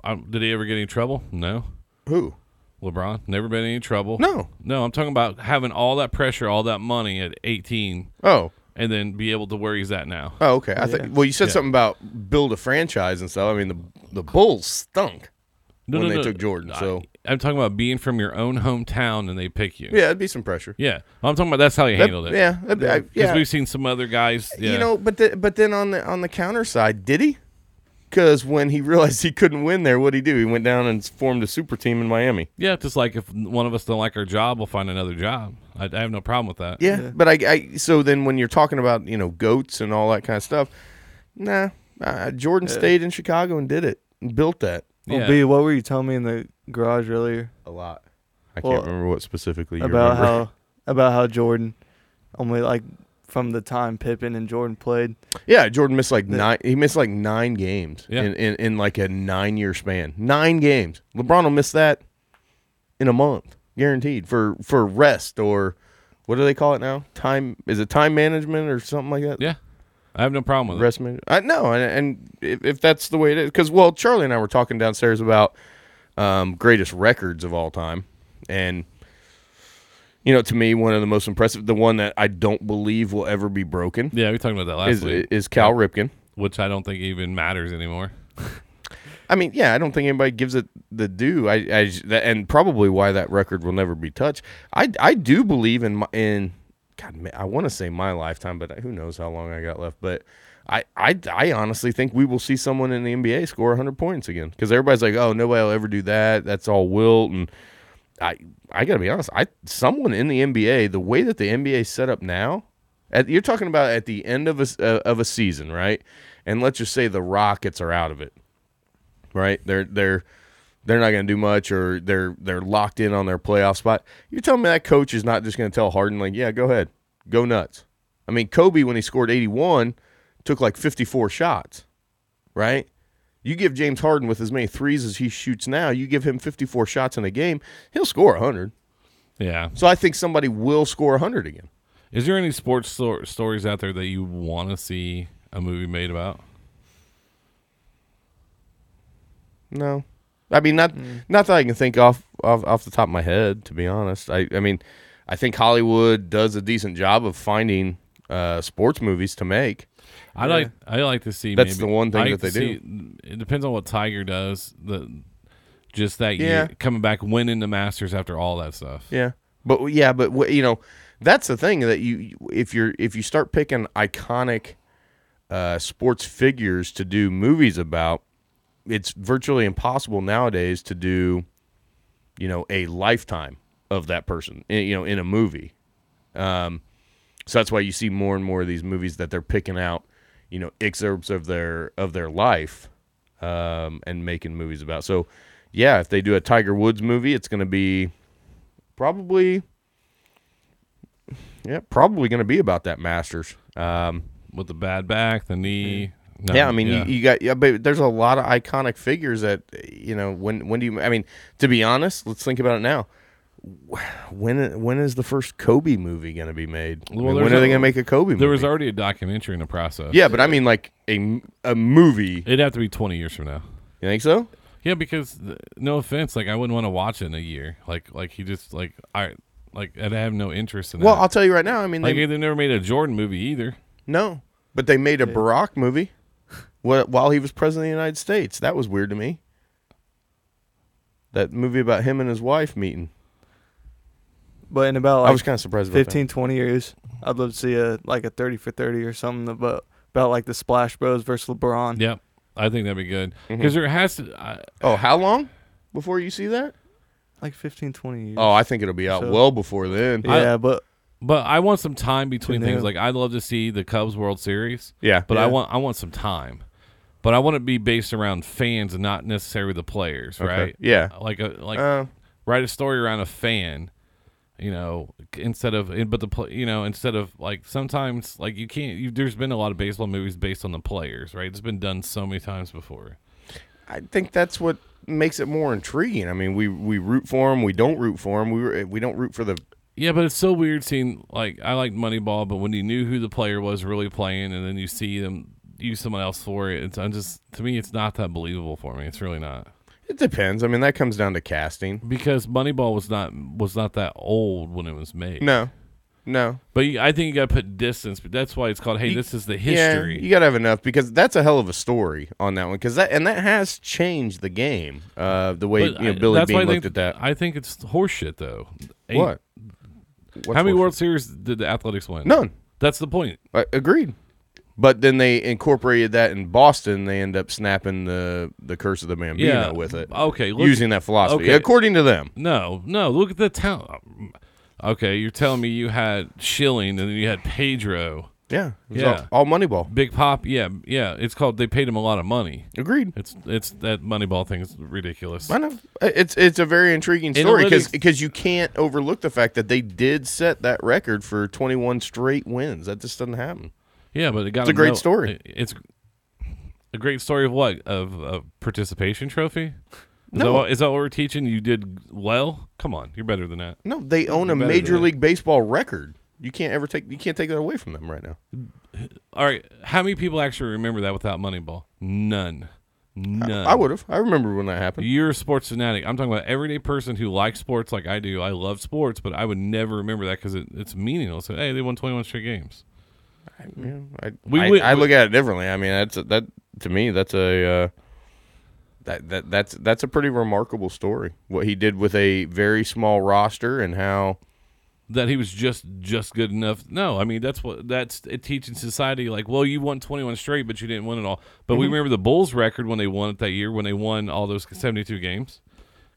S4: Um, did he ever get any trouble? No.
S5: who?
S4: LeBron never been in any trouble.
S5: No.
S4: No, I'm talking about having all that pressure, all that money at 18,
S5: Oh,
S4: and then be able to where he's at now.
S5: Oh, okay. I think. Well, you said
S4: Yeah.
S5: something about build a franchise and stuff. I mean, the the Bulls stunk
S4: No,
S5: when
S4: no,
S5: they
S4: no.
S5: took Jordan. Uh, So
S4: I, am talking about being from your own hometown and they pick you.
S5: yeah, it'd be some pressure.
S4: Yeah. I'm talking about that's how he
S5: That-
S4: handled it.
S5: Yeah, that'd be- I-
S4: Because
S5: yeah.
S4: we've seen some other guys. Yeah.
S5: You know, but the, but then on the on the counter side, did he? Because when he realized he couldn't win there, what would he do? He went down and formed a super team in Miami.
S4: yeah, just like if one of us don't like our job, we'll find another job. I, I have no problem with that.
S5: Yeah, but I, I so then when you're talking about you know goats and all that kind of stuff, nah, uh, Jordan stayed in Chicago and did it, and built that
S6: Well,
S4: Yeah.
S6: B, what were you telling me in the garage earlier
S5: a lot. I
S6: Well,
S5: can't remember what specifically you
S6: about
S5: remember.
S6: how about how Jordan only like from the time Pippen and Jordan played?
S5: Yeah, Jordan missed like nine. He missed like nine games
S4: Yeah.
S5: in, in, in like a nine year span. Nine games. LeBron will miss that in a month, guaranteed for for rest or what do they call it now? Time is it time management or something like that?
S4: Yeah. I have no problem with it.
S5: rest management. I know, and, and if, if that's the way it is, because well, Charlie and I were talking downstairs about um, greatest records of all time, and you know, to me, one of the most impressive, the one that I don't believe will ever be broken,
S4: Yeah, we talked about that last
S5: is
S4: week,
S5: is Cal Ripken.
S4: which I don't think even matters anymore.
S5: I mean, yeah, I don't think anybody gives it the due. I, I j- that- and probably why that record will never be touched. I, I do believe in my, in God, ma- I want to say my lifetime, but who knows how long I got left. But I, I, I honestly think we will see someone in the NBA score 100 points again because everybody's like, oh, nobody will ever do that. That's all Wilt and I I gotta be honest. I someone in the NBA, the way that the NBA is set up now, at, you're talking about at the end of a s- uh, of a season, right? And let's just say the Rockets are out of it, right? They're they're they're not gonna do much, or they're they're locked in on their playoff spot. You're telling me that coach is not just gonna tell Harden like, yeah, go ahead, go nuts. I mean, Kobe when he scored 81, took like 54 shots, right? You give James Harden with as many threes as he shoots now, you give him 54 shots in a game, he'll score 100.
S4: Yeah.
S5: So I think somebody will score 100 again.
S4: Is there any sports stor- stories out there that you want to see a movie made about?
S5: No. I mean, not not that I can think off, off off the top of my head, to be honest. I, I mean, I think Hollywood does a decent job of finding uh, sports movies to make.
S4: I like I like to see.
S5: That's
S4: maybe-
S5: the one thing
S4: I
S5: that
S4: like
S5: they
S4: to see- It depends on what Tiger does. The just that
S5: Yeah.
S4: year coming back, winning the Masters after all that stuff.
S5: Yeah, but yeah, but wh- you know, that's the thing that you if you're if you start picking iconic uh, sports figures to do movies about, it's virtually impossible nowadays to do, you know, a lifetime of that person, i- you know, in a movie. Um, so that's why you see more and more of these movies that they're picking out, you know, excerpts of their of their life, um, and making movies about. So, yeah, if they do a Tiger Woods movie, it's going to be probably yeah probably going to be about that masters um
S4: With the bad back, the knee. No,
S5: yeah i mean You, you got yeah but there's a lot of iconic figures that you know when when do you i mean to be honest let's think about it now when when is the first kobe movie going to be made I
S4: Well,
S5: mean,
S4: there's
S5: when are they
S4: a-
S5: going to make a kobe movie
S4: there was already a documentary in the process.
S5: yeah but i mean like a m- a movie
S4: it'd have to be twenty years from now.
S5: you think so
S4: Yeah, because th- no offense, like I wouldn't want to watch it in a year. Like like he just like I like I'd have no interest in.
S5: well
S4: that.
S5: i'll tell you right now i mean Mm-hmm.
S4: like
S5: they,
S4: they never made a Jordan movie either.
S5: no but they made a barack movie wh- while he was president of the united states that was weird to me that movie about him and his wife meeting
S6: But in about
S5: I
S6: like
S5: was kind of surprised about
S6: 15, 20 years, I'd love to see a like a thirty for thirty or something about about like the Splash Bros versus LeBron.
S4: Yep, I think that'd be good
S5: Mm-hmm.
S4: because there has to. I,
S5: that. Oh, how long before you see that?
S6: like 15, 20 years.
S5: Oh, I think it'll be out
S6: So-
S5: well before then. Yeah,
S6: yeah, but
S4: But I want some time between
S6: Between
S4: things.
S6: who?
S4: Like I'd love to see the Cubs World Series.
S5: Yeah.
S4: But I
S5: Yeah.
S4: want I want some time. But I want it to be based around fans and not necessarily the players, right?
S5: Yeah.
S4: Like a like
S5: Uh.
S4: write a story around a fan, you know, instead of but the pl- you know instead of like sometimes like you can't. You, there's been a lot of baseball movies based on the players, right? It's been done so many times before.
S5: I think that's what makes it more intriguing. I mean, we we root for him, we don't root for him, we re- we don't root for the
S4: Yeah, but it's so weird seeing like I liked Moneyball, but when you knew who the player was really playing, and then you see them use someone else for it, it's I'm just to me it's not that believable for me. It's really not
S5: It depends. I mean, that comes down to casting.
S4: because Moneyball was not was not that old when it was made.
S5: No. No.
S4: But you, I think you got to put distance. But that's why it's called. Hey,
S5: You-
S4: this is the
S5: Yeah,
S4: history.
S5: you gotta have enough because that's a hell of a story on that one because that and that has changed the game. Uh, the way
S4: But
S5: you know,
S4: I-
S5: Billy
S4: that's why I
S5: Bean looked
S4: think-
S5: at that.
S4: I think it's horseshit though. Ain't-
S5: what?
S4: how many World Series did the Athletics win?
S5: None.
S4: That's the point.
S5: I- agreed. But then they incorporated that in Boston. They end up snapping the the curse of the Bambino
S4: Yeah,
S5: with it.
S4: okay, look-
S5: using that philosophy,
S4: okay.
S5: according to them.
S4: No, no. Look at the town. Okay, you're telling me you had Schilling and then you had Pedro,
S5: Yeah, it was
S4: Yeah.
S5: All, all Moneyball.
S4: Big Pop. Yeah, yeah. It's called. They paid him a lot of money.
S5: Agreed.
S4: It's it's that Moneyball thing is ridiculous.
S5: I know it's it's a very intriguing story because
S4: Analytics-
S5: you can't overlook the fact that they did set that record for 21 straight wins. That just doesn't happen.
S4: Yeah, but it got
S5: It's a
S4: him
S5: great
S4: no-
S5: story.
S4: it- It's a great story of what of a participation trophy. Is, that
S5: No.
S4: what, is that what we're teaching? You did well. Come on, you're better than that.
S5: No, they own a
S4: better
S5: major
S4: than-
S5: league baseball record. You can't ever take you can't take that away from them right now.
S4: All right, how many people actually remember that without Moneyball? None. None.
S5: I would have. I remember when that happened.
S4: You're a sports fanatic. I'm talking about everyday person who likes sports like I do. I love sports, but I would never remember that because it, it's meaningless. So, hey, they won 21 straight games.
S5: Yeah, I,
S4: We
S5: I,
S4: would-
S5: I look at it differently. I mean, that's a, that to me. That's a uh, that that that's that's a pretty remarkable story. What he did with a very small roster and how
S4: that he was just just good enough. No, I mean that's what that's it teaching society. Like, well, you won twenty one straight, but you didn't win it all. But
S5: Mm-hmm.
S4: we remember the Bulls record when they won it that year when they won all those seventy two games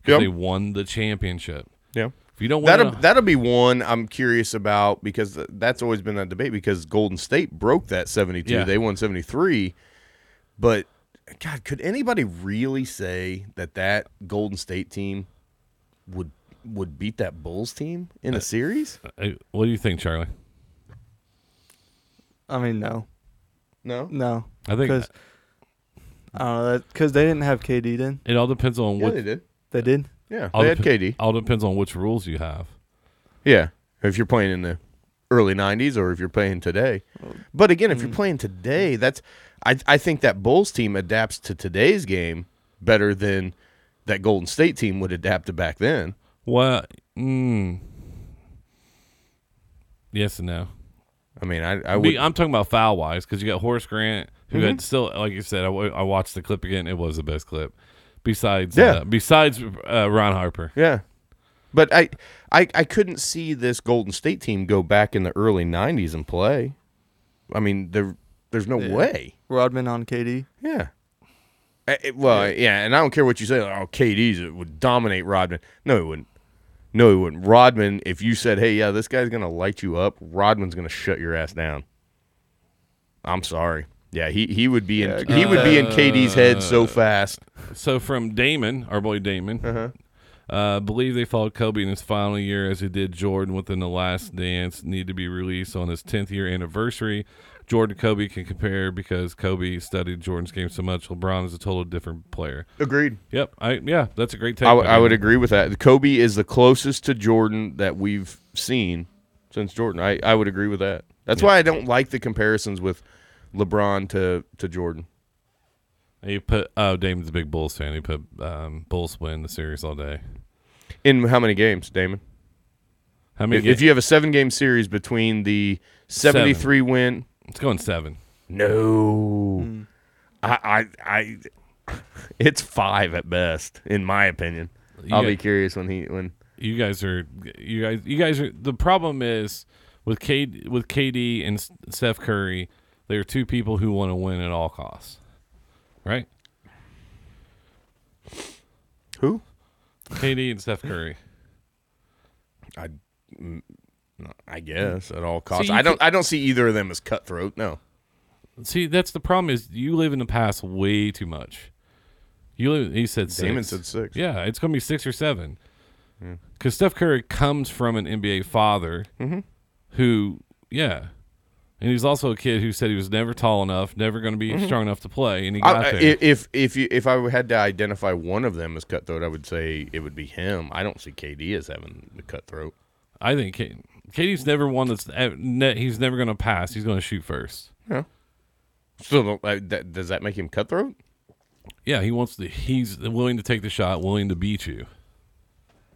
S4: because
S5: Yep.
S4: they won the championship.
S5: yeah
S4: If you don't win, it
S5: that'll
S4: all-
S5: that'll be one I'm curious about because th- that's always been that debate because Golden State broke that 72.
S4: Yeah.
S5: They won 73, but God, could anybody really say that that Golden State team would would beat that Bulls team
S4: Uh,
S5: in a series?
S4: Hey, what do you think, Charlie?
S6: I mean, no,
S5: No,
S6: no.
S4: I think-
S6: because I don't know that because they didn't have KD then.
S4: It all depends on
S5: yeah,
S4: what.
S5: they did.
S6: They did.
S5: Yeah,
S4: all
S5: they had
S4: dep-
S5: KD.
S4: All depends on which rules you have.
S5: Yeah, if you're playing in the early '90s or if you're playing today. But again, if you're playing today, that's I I think that Bulls team adapts to today's game better than that Golden State team would adapt to back then.
S4: Well, mm, yes and no.
S5: I mean, I I would Mm-hmm.
S4: Be, I'm talking about foul wise because you got Horace Grant who had still, like you said, I, wa- I watched the clip again. It was the best clip. Besides,
S5: Yeah.
S4: uh, besides uh, Ron Harper,
S5: yeah. But I, I I couldn't see this Golden State team go back in the early '90s and play. I mean, there there's no way.
S6: Rodman on KD.
S5: Yeah. Uh, it- well, yeah. and I don't care what you say. like, oh, KD's it would dominate Rodman. No, he wouldn't. No, he wouldn't. Rodman, if you said, "Hey, yeah, this guy's gonna light you up," Rodman's gonna shut your ass down. I'm sorry. Yeah, he he would be in
S6: Yeah,
S5: he would be in KD's head so fast.
S4: so from Damon, our boy Damon,
S5: Uh-huh.
S4: uh believe they followed Kobe in his final year as he did Jordan within the last dance. Need to be released on his 10th year anniversary. Jordan and Kobe can compare because Kobe studied Jordan's game so much. LeBron is a total different player.
S5: Agreed.
S4: Yep, I yeah, that's a great take.
S5: I, w-
S4: by
S5: I would
S4: Damon.
S5: agree with that. Kobe is the closest to Jordan that we've seen since Jordan. I, I would agree with that. That's why I don't like the comparisons with LeBron to to Jordan.
S4: He put oh Damon's a big Bulls fan. He put um, Bulls win the series all day.
S5: In how many games, Damon?
S4: How many?
S5: If-
S4: ga-
S5: if you have a seven game series between the 73 win
S4: it's going seven.
S5: no
S4: Hmm.
S5: I, I i it's five at best in my opinion
S4: You
S5: i'll
S4: got-
S5: be curious when he when
S4: You guys are you guys you guys are the problem is with K with KD and S- Steph Curry. They are two people who want to win at all costs, right?
S5: who
S4: KD and Steph Curry.
S5: i mm, i guess at all costs
S4: you
S5: i don't i don't see either of them as cutthroat no
S4: See, that's the problem is you live in the past way too much. You live, he said six.
S5: Damon said six.
S4: Yeah, it's going to be six or seven. Because Steph Curry comes from an NBA father
S5: Mm-hmm.
S4: who, yeah. And he's also a kid who said he was never tall enough, never going to be strong enough to play, and he got
S5: Mm-hmm. I, I-
S4: there.
S5: if if you if i had to identify one of them as cutthroat i would say it would be him i don't see kd as having the cutthroat
S4: I think K- Katie's never one that's eh, ne- he's never going to pass. He's going to shoot first.
S5: still don't I, uh, that, does that make him cutthroat
S4: Yeah, he wants to. He's willing to take the shot, willing to beat you.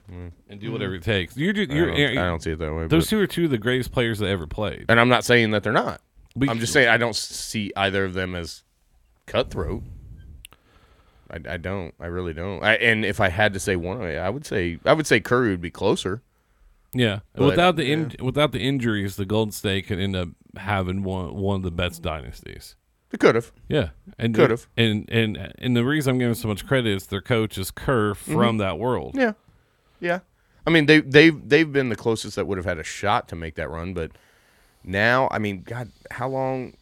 S4: and do whatever it takes. You're, ju-
S5: Mm. I
S4: you're, eh,
S5: don't-
S4: you're-
S5: I don't see it that way.
S4: those
S5: but-
S4: two are two of the greatest players that ever played.
S5: and I'm not saying that they're not.
S4: But-
S5: I'm just saying I don't see either of them as cutthroat. I, I don't. I really don't. I, and if I had to say one, I would say I would say Curry would be closer.
S4: Yeah,
S5: But-
S4: without the in, without the injuries, the Golden State could end up having one one of the best dynasties.
S5: They could have.
S4: Yeah, and
S5: Could've.
S4: and and and the reason I'm giving so much credit is their coach is Kerr from that world.
S5: Mm-hmm. Yeah, yeah. I mean they they've they've been the closest that would have had a shot to make that run, but now I mean God, how long?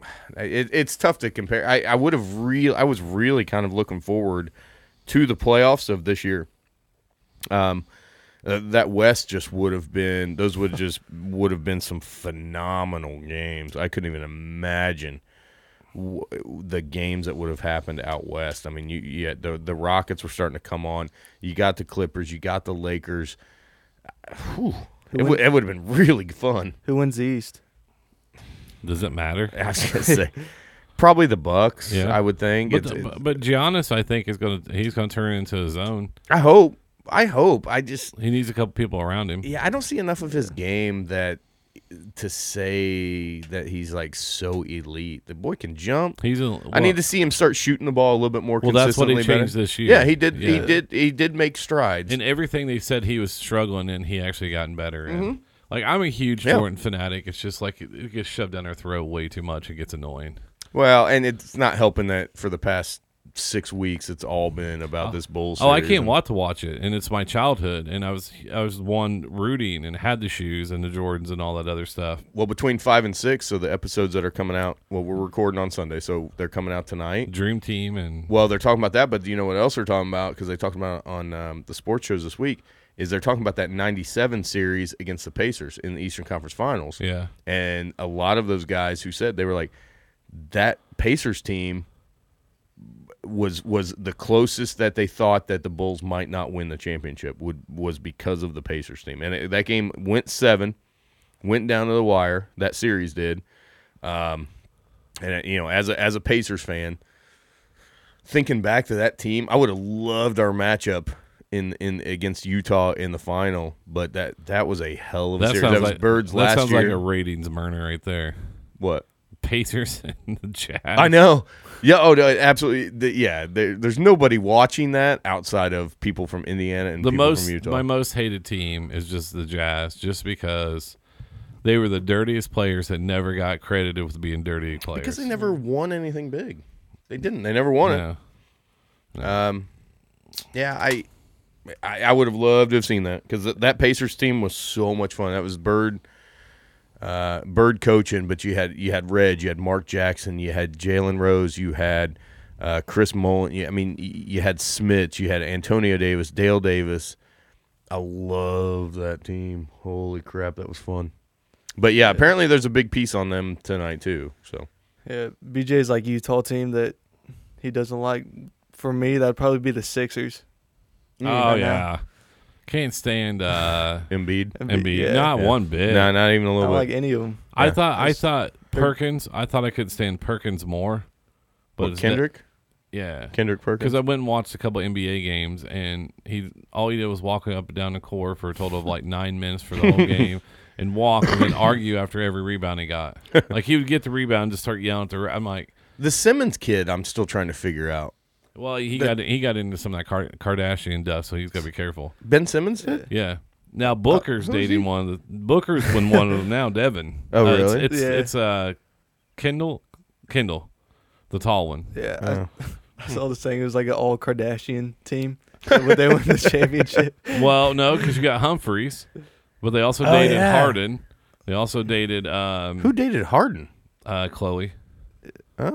S5: It, it's tough to compare. I, I would have real I was really kind of looking forward to the playoffs of this year. Um, uh, that West just would have been those would just would have been some phenomenal games. I couldn't even imagine the games that would have happened out west. I mean, you, you had the the Rockets were starting to come on. You got the Clippers. You got the Lakers. Whew. It, would, it would have been really fun.
S6: Who wins the East?
S4: Does it matter?
S5: I was gonna say, probably the Bucks.
S4: Yeah.
S5: I would think.
S4: But,
S5: It's-
S4: the,
S5: it's-
S4: but but Giannis, I think, is gonna he's gonna turn into his own.
S5: I hope. I hope. I just
S4: He needs a couple people around him.
S5: yeah. I don't see enough of his game that to say that he's like so elite. The boy can jump.
S4: He's a,
S5: I need
S4: well,
S5: to see him start shooting the ball a little bit more.
S4: Well, that's what he
S5: consistently better.
S4: changed this year.
S5: Yeah, he did. He
S4: Yeah.
S5: did. He did make strides.
S4: in everything they said he was struggling in, he actually gotten better in. Like I'm a huge
S5: Mm-hmm. Yeah.
S4: Jordan fanatic. It's just like it, it gets shoved down our throat way too much. It gets annoying.
S5: Well, and it's not helping that for the past six weeks, it's all been about this Bulls.
S4: Oh, I
S5: series
S4: can't
S5: and-
S4: want to watch it, and it's my childhood. And I was I was one rooting and had the shoes and the Jordans and all that other stuff.
S5: Well, between five and six, so the episodes that are coming out. Well, we're recording on Sunday, so they're coming out tonight.
S4: Dream Team and
S5: Well, they're talking about that, but do you know what else they're talking about? Because they talked about it on um, the sports shows this week. Is they're talking about that '97 series against the Pacers in the Eastern Conference Finals.
S4: yeah,
S5: and a lot of those guys who said they were like that Pacers team was was the closest that they thought that the Bulls might not win the championship would was because of the Pacers team and it, that game went 7 went down to the wire that series did um and uh, you know as a as a Pacers fan thinking back to that team I would have loved our matchup in, in against Utah in the final, but that that was a hell of a
S4: that
S5: series.
S4: sounds
S5: That was
S4: like
S5: Birds
S4: that
S5: last
S4: sounds
S5: year.
S4: like a ratings burner right there.
S5: What?
S4: Pacers and the Jazz.
S5: I know. Yeah. Oh, no, absolutely. The- yeah. There, there's nobody watching that outside of people from Indiana and
S4: the
S5: people
S4: most
S5: from Utah.
S4: my most hated team is just the Jazz, just because they were the dirtiest players that never got credited with being dirty players.
S5: because they never won anything big. They didn't. They never won
S4: Yeah.
S5: it. Yeah. I, I, I would have loved to have seen that because that Pacers team was so much fun. That was Bird. Uh, Bird coaching, but you had you had Reg, you had Mark Jackson, you had Jalen Rose, you had uh, Chris Mullen. You, I mean, y- you had Smith, you had Antonio Davis, Dale Davis. I love that team. Holy crap, that was fun. But yeah, apparently there's a big piece on them tonight too. So
S6: Yeah, BJ's like Utah team that he doesn't like. For me, that'd probably be the Sixers.
S4: Oh yeah. Can't stand uh
S5: Embiid,
S4: Embiid.
S6: yeah.
S4: Not
S5: Yeah.
S4: one bit.
S5: no, not even a
S6: I don't
S5: little
S6: like
S5: bit.
S6: any of them.
S4: I
S5: Yeah.
S4: thought I thought Perkins. I thought I could stand Perkins more. But
S5: What,
S4: it's that-
S5: Kendrick,
S4: yeah.
S5: Kendrick Perkins.
S4: Because I went and watched a couple NBA games, and he all he did was walk up and down the court for a total of like nine minutes for the whole game, and walk and then argue after every rebound he got. Like he would get the rebound, and just start yelling at the. re- I'm like,
S5: the Simmons kid, I'm still trying to figure out.
S4: well, he got he got into some of that Kar- Kardashian stuff, so he's got to be careful.
S5: Ben Simmons did.
S4: Yeah. Now Booker's dating one of the Booker's been one of them now. Devin.
S5: Oh,
S4: Uh, it's-
S5: really?
S4: It's
S6: Yeah.
S4: it's uh, Kendall Kendall, the tall one.
S6: Yeah, I, I saw this thing. It was like an all Kardashian team. Would they win the championship?
S4: Well, no, because you got Humphreys, but they also dated
S5: yeah.
S4: Harden. They also dated um,
S5: Who dated Harden?
S4: uh, Chloe.
S5: Oh,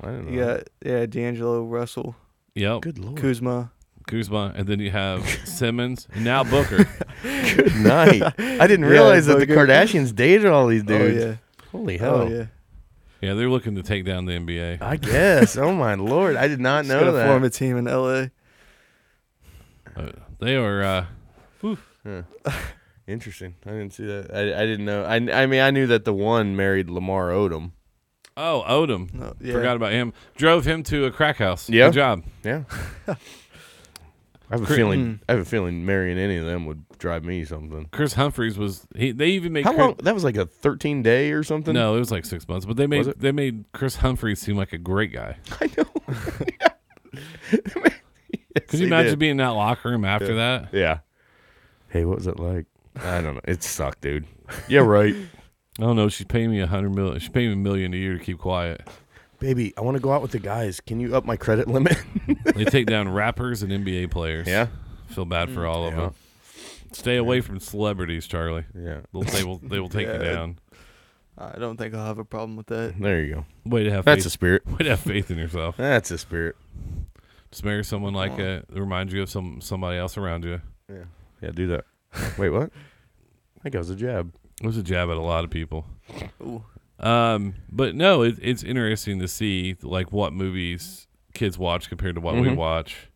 S5: I don't know.
S6: You got yeah, D'Angelo Russell,
S4: Yep,
S5: Good lord.
S6: Kuzma.
S4: Kuzma, and then you have Simmons, and now Booker.
S5: Good night. I didn't
S6: Yeah,
S5: realize that the
S6: Booker.
S5: Kardashians dated all these dudes.
S6: Oh yeah,
S5: Holy hell.
S6: oh yeah.
S4: yeah, they're looking to take down the NBA.
S5: I guess. Oh my lord. I did not know
S6: Gonna form
S5: that.
S6: a team in L.A.
S4: Uh, they are. Uh,
S5: Interesting. I didn't see that. I, I didn't know. I, I mean, I knew that the one married Lamar Odom.
S4: oh, Odom.
S6: No, yeah.
S4: Forgot about him. Drove him to a crack house.
S5: Yeah.
S4: Good job.
S5: Yeah. I have a
S4: Cri-
S6: Hmm.
S5: feeling. I have a feeling marrying any of them would drive me something.
S4: Chris Humphreys was he? They even made
S5: How
S4: Chris,
S5: long? That was like a 13 day or something.
S4: No, it was like six months, but they made
S5: it?
S4: they made Chris Humphreys seem like a great guy.
S5: I know.
S4: Could you imagine being in that locker room after that?
S5: Yeah. Hey, what was it like? I don't know. It sucked, dude. Yeah, right.
S4: I don't know. She's paying me a hundred million. She's paying me a million a year to keep quiet.
S5: Baby, I want to go out with the guys. Can you up my credit limit?
S4: They take down rappers and NBA players.
S5: yeah.
S4: feel bad for all of
S5: Yeah.
S4: them. Stay away from celebrities, Charlie.
S5: Yeah.
S4: They'll, they will. They will take you
S6: Yeah.
S4: down.
S6: I don't think I'll have a problem with that.
S5: There you go.
S4: Way to have
S5: That's a
S4: faith.
S5: spirit.
S4: way to have faith in yourself.
S5: That's a spirit.
S4: Just marry someone like that that reminds you of some somebody else around you.
S5: Yeah. Yeah, do that. Wait, what? I think that was a jab.
S4: It was a jab at a lot of people.
S6: Ooh.
S4: Um, but no, it, it's interesting to see like what movies kids watch compared to what we
S5: Mhm.
S4: watch.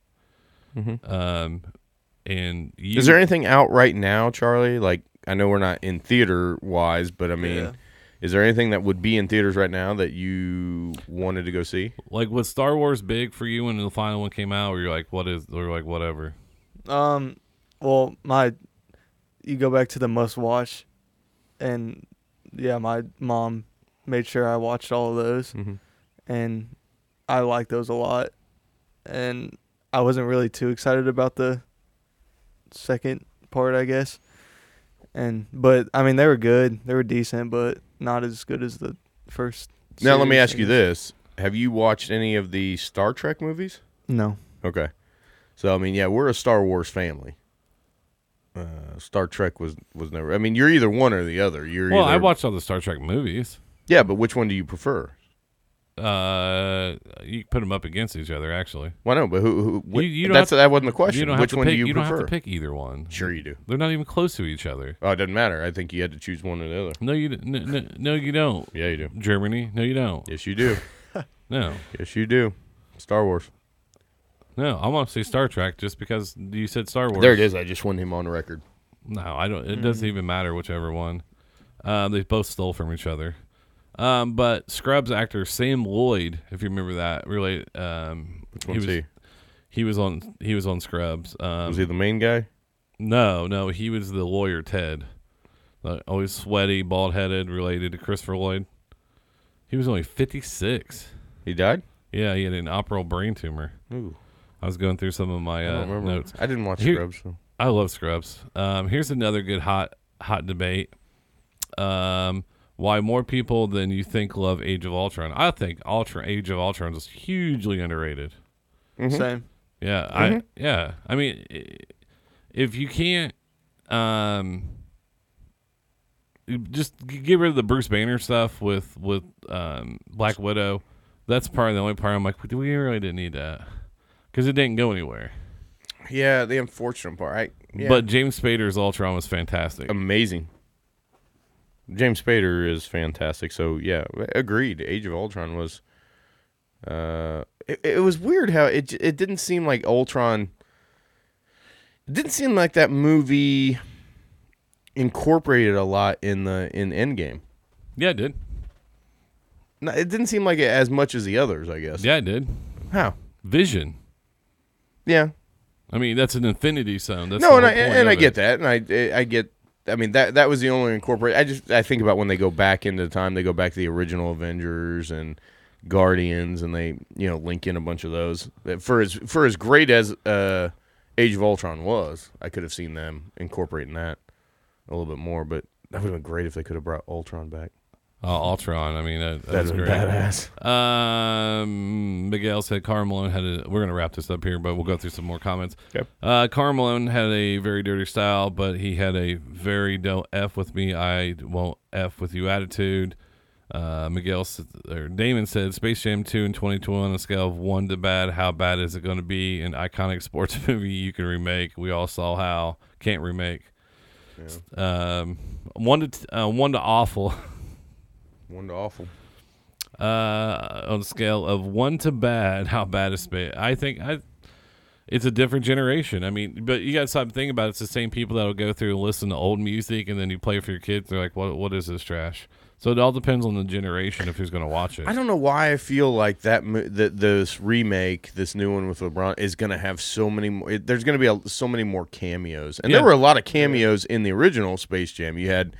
S4: Um, and you,
S5: Mm-hmm. Is there anything out right now, Charlie? Like, I know we're not in theater wise, but I mean,
S6: Yeah.
S5: is there anything that would be in theaters right now that you wanted to go see?
S4: like was Star Wars big for you when the final one came out? Or you're like, what is? Or like whatever.
S6: Um, well, my you go back to the must watch, and yeah, my mom made sure I watched all of those,
S5: Mhm.
S6: and I liked those a lot, and I wasn't really too excited about the second part, I guess, and but I mean they were good, they were decent, but not as good as the first.
S5: Now, let me
S6: series,
S5: ask
S6: I
S5: you
S6: guess.
S5: this Have you watched any of the Star Trek movies?
S6: No,
S5: Okay. So I mean, yeah, we're a Star Wars family. Uh, Star Trek was was never. I mean, you're either one or the other. You're
S4: Well,
S5: either,
S4: I watched all the Star Trek movies.
S5: Yeah, but which one do you prefer?
S4: Uh, you can put them up against each other. Actually,
S5: Well, no, but who? who wh-
S4: You- you don't
S5: that's
S4: have
S5: that wasn't the question.
S4: you don't have
S5: which
S4: to
S5: one
S4: pick.
S5: do you,
S4: don't
S5: prefer?
S4: have to pick either one.
S5: Sure, you do.
S4: They're not even close to each other.
S5: Oh, it doesn't matter. I think you had to choose one or the other.
S4: No, you no, no, no you don't.
S5: Yeah, you do.
S4: Germany? No, you don't.
S5: Yes, you do.
S4: No,
S5: yes, you do. Star Wars.
S4: no. I want to say Star Trek just because you said Star Wars.
S5: There it is. I just won him on record.
S4: No, I don't. It doesn't even matter whichever one. Um, they both stole from each other. Um, but Scrubs actor Sam Lloyd, if you remember that, really, um, he
S5: Let's
S4: was
S5: see.
S4: he was on he was on Scrubs. Um,
S5: Was he the main guy?
S4: No, no, he was the lawyer Ted, Uh, always sweaty, bald headed, related to Christopher Lloyd. He was only fifty six.
S5: He died.
S4: Yeah, he had an operable brain tumor.
S5: Ooh,
S4: I was going through some of
S5: I
S4: my uh,
S5: don't remember.
S4: notes.
S5: I didn't watch
S4: Here-
S5: Scrubs. So.
S4: I love Scrubs. Um, here's another good hot hot debate. Um, why more people than you think love Age of Ultron? I think Ultron Age of Ultron is hugely underrated.
S5: Mm-hmm.
S6: same.
S4: Yeah, I yeah. I mean, i- if you can't, um, you just g- get rid of the Bruce Banner stuff with with um, Black Widow. That's probably the only part I'm like, we really didn't need that because it didn't go anywhere.
S5: Yeah, the unfortunate part. I, yeah. Um,
S4: But James Spader's Ultron was fantastic.
S5: amazing. James Spader is fantastic. So yeah, agreed. Age of Ultron was. Uh, it, it was weird how it j- it didn't seem like Ultron. It didn't seem like that movie incorporated a lot in the in Endgame.
S4: yeah, it did.
S5: No, It didn't seem like it as much as the others. I guess.
S4: Yeah, it did.
S5: How?
S4: Vision.
S5: Yeah.
S4: I mean, that's an infinity zone. That's
S5: no, and
S4: the
S5: I
S4: whole point
S5: and
S4: of
S5: I
S4: it.
S5: get that, and I I get. I mean that that was the only incorporate. I just I think about when they go back into time, they go back to the original Avengers and Guardians, and they you know link in a bunch of those. That For as for as great as uh, Age of Ultron was, I could have seen them incorporating that a little bit more. But that would have been great if they could have brought Ultron back.
S4: Uh, Ultron. I mean, that,
S5: That'd
S4: that's
S5: have been
S4: great.
S5: badass.
S4: Um, Miguel said Carmelone had a. We're gonna wrap this up here, but we'll go through some more comments.
S5: Okay.
S4: Uh, Carmelone had a very dirty style, but he had a very don't f with me. I won't f with you attitude. Uh, Miguel s- or Damon said Space Jam 2 in 2021 on a scale of one to bad. How bad is it going to be? An iconic sports movie you can remake. We all saw how can't remake. Um, one to t- uh, one to awful.
S5: One to awful.
S4: uh, on a scale of one to bad, how bad is space? I think I, it's a different generation. I mean, but you got to stop thinking about it. it's the same people that'll go through and listen to old music, and then you play it for your kids. They're like, "What? What is this trash?" So it all depends on the generation of who's going to watch it.
S5: I don't know why I feel like that mo- that this remake, this new one with LeBron, is going to have so many. More, it, there's going to be a, so many more cameos, and
S4: Yeah.
S5: there were a lot of cameos in the original Space Jam. You had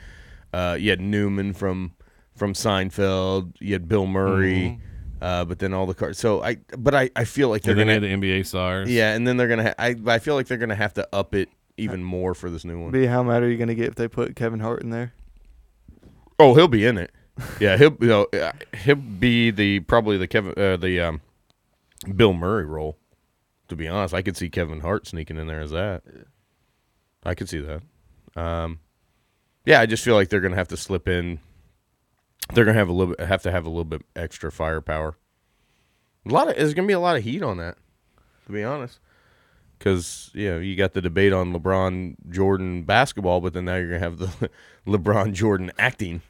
S5: uh, you had Newman from from Seinfeld. You had Bill Murray, uh, but then all the cars. So I, but I, I feel like they're
S4: They're going to
S5: going
S4: have the NBA stars.
S5: yeah, and then they're going to. Ha- I I feel like they're going to have to up it even more for this new one.
S6: Be how mad are you gonna get if they put Kevin Hart in there?
S5: Oh, he'll be in it. Yeah, he'll you know, uh, he'll be the probably the Kevin uh, the um, Bill Murray role. To be honest, I could see Kevin Hart sneaking in there as that. I could see that. Um, yeah, I just feel like they're gonna have to slip in. They're gonna have a little bit, have to have a little bit extra firepower. A lot of there's gonna be a lot of heat on that. To be honest. Because you know you got the debate on LeBron Jordan basketball, but then now you're gonna have the LeBron Jordan acting.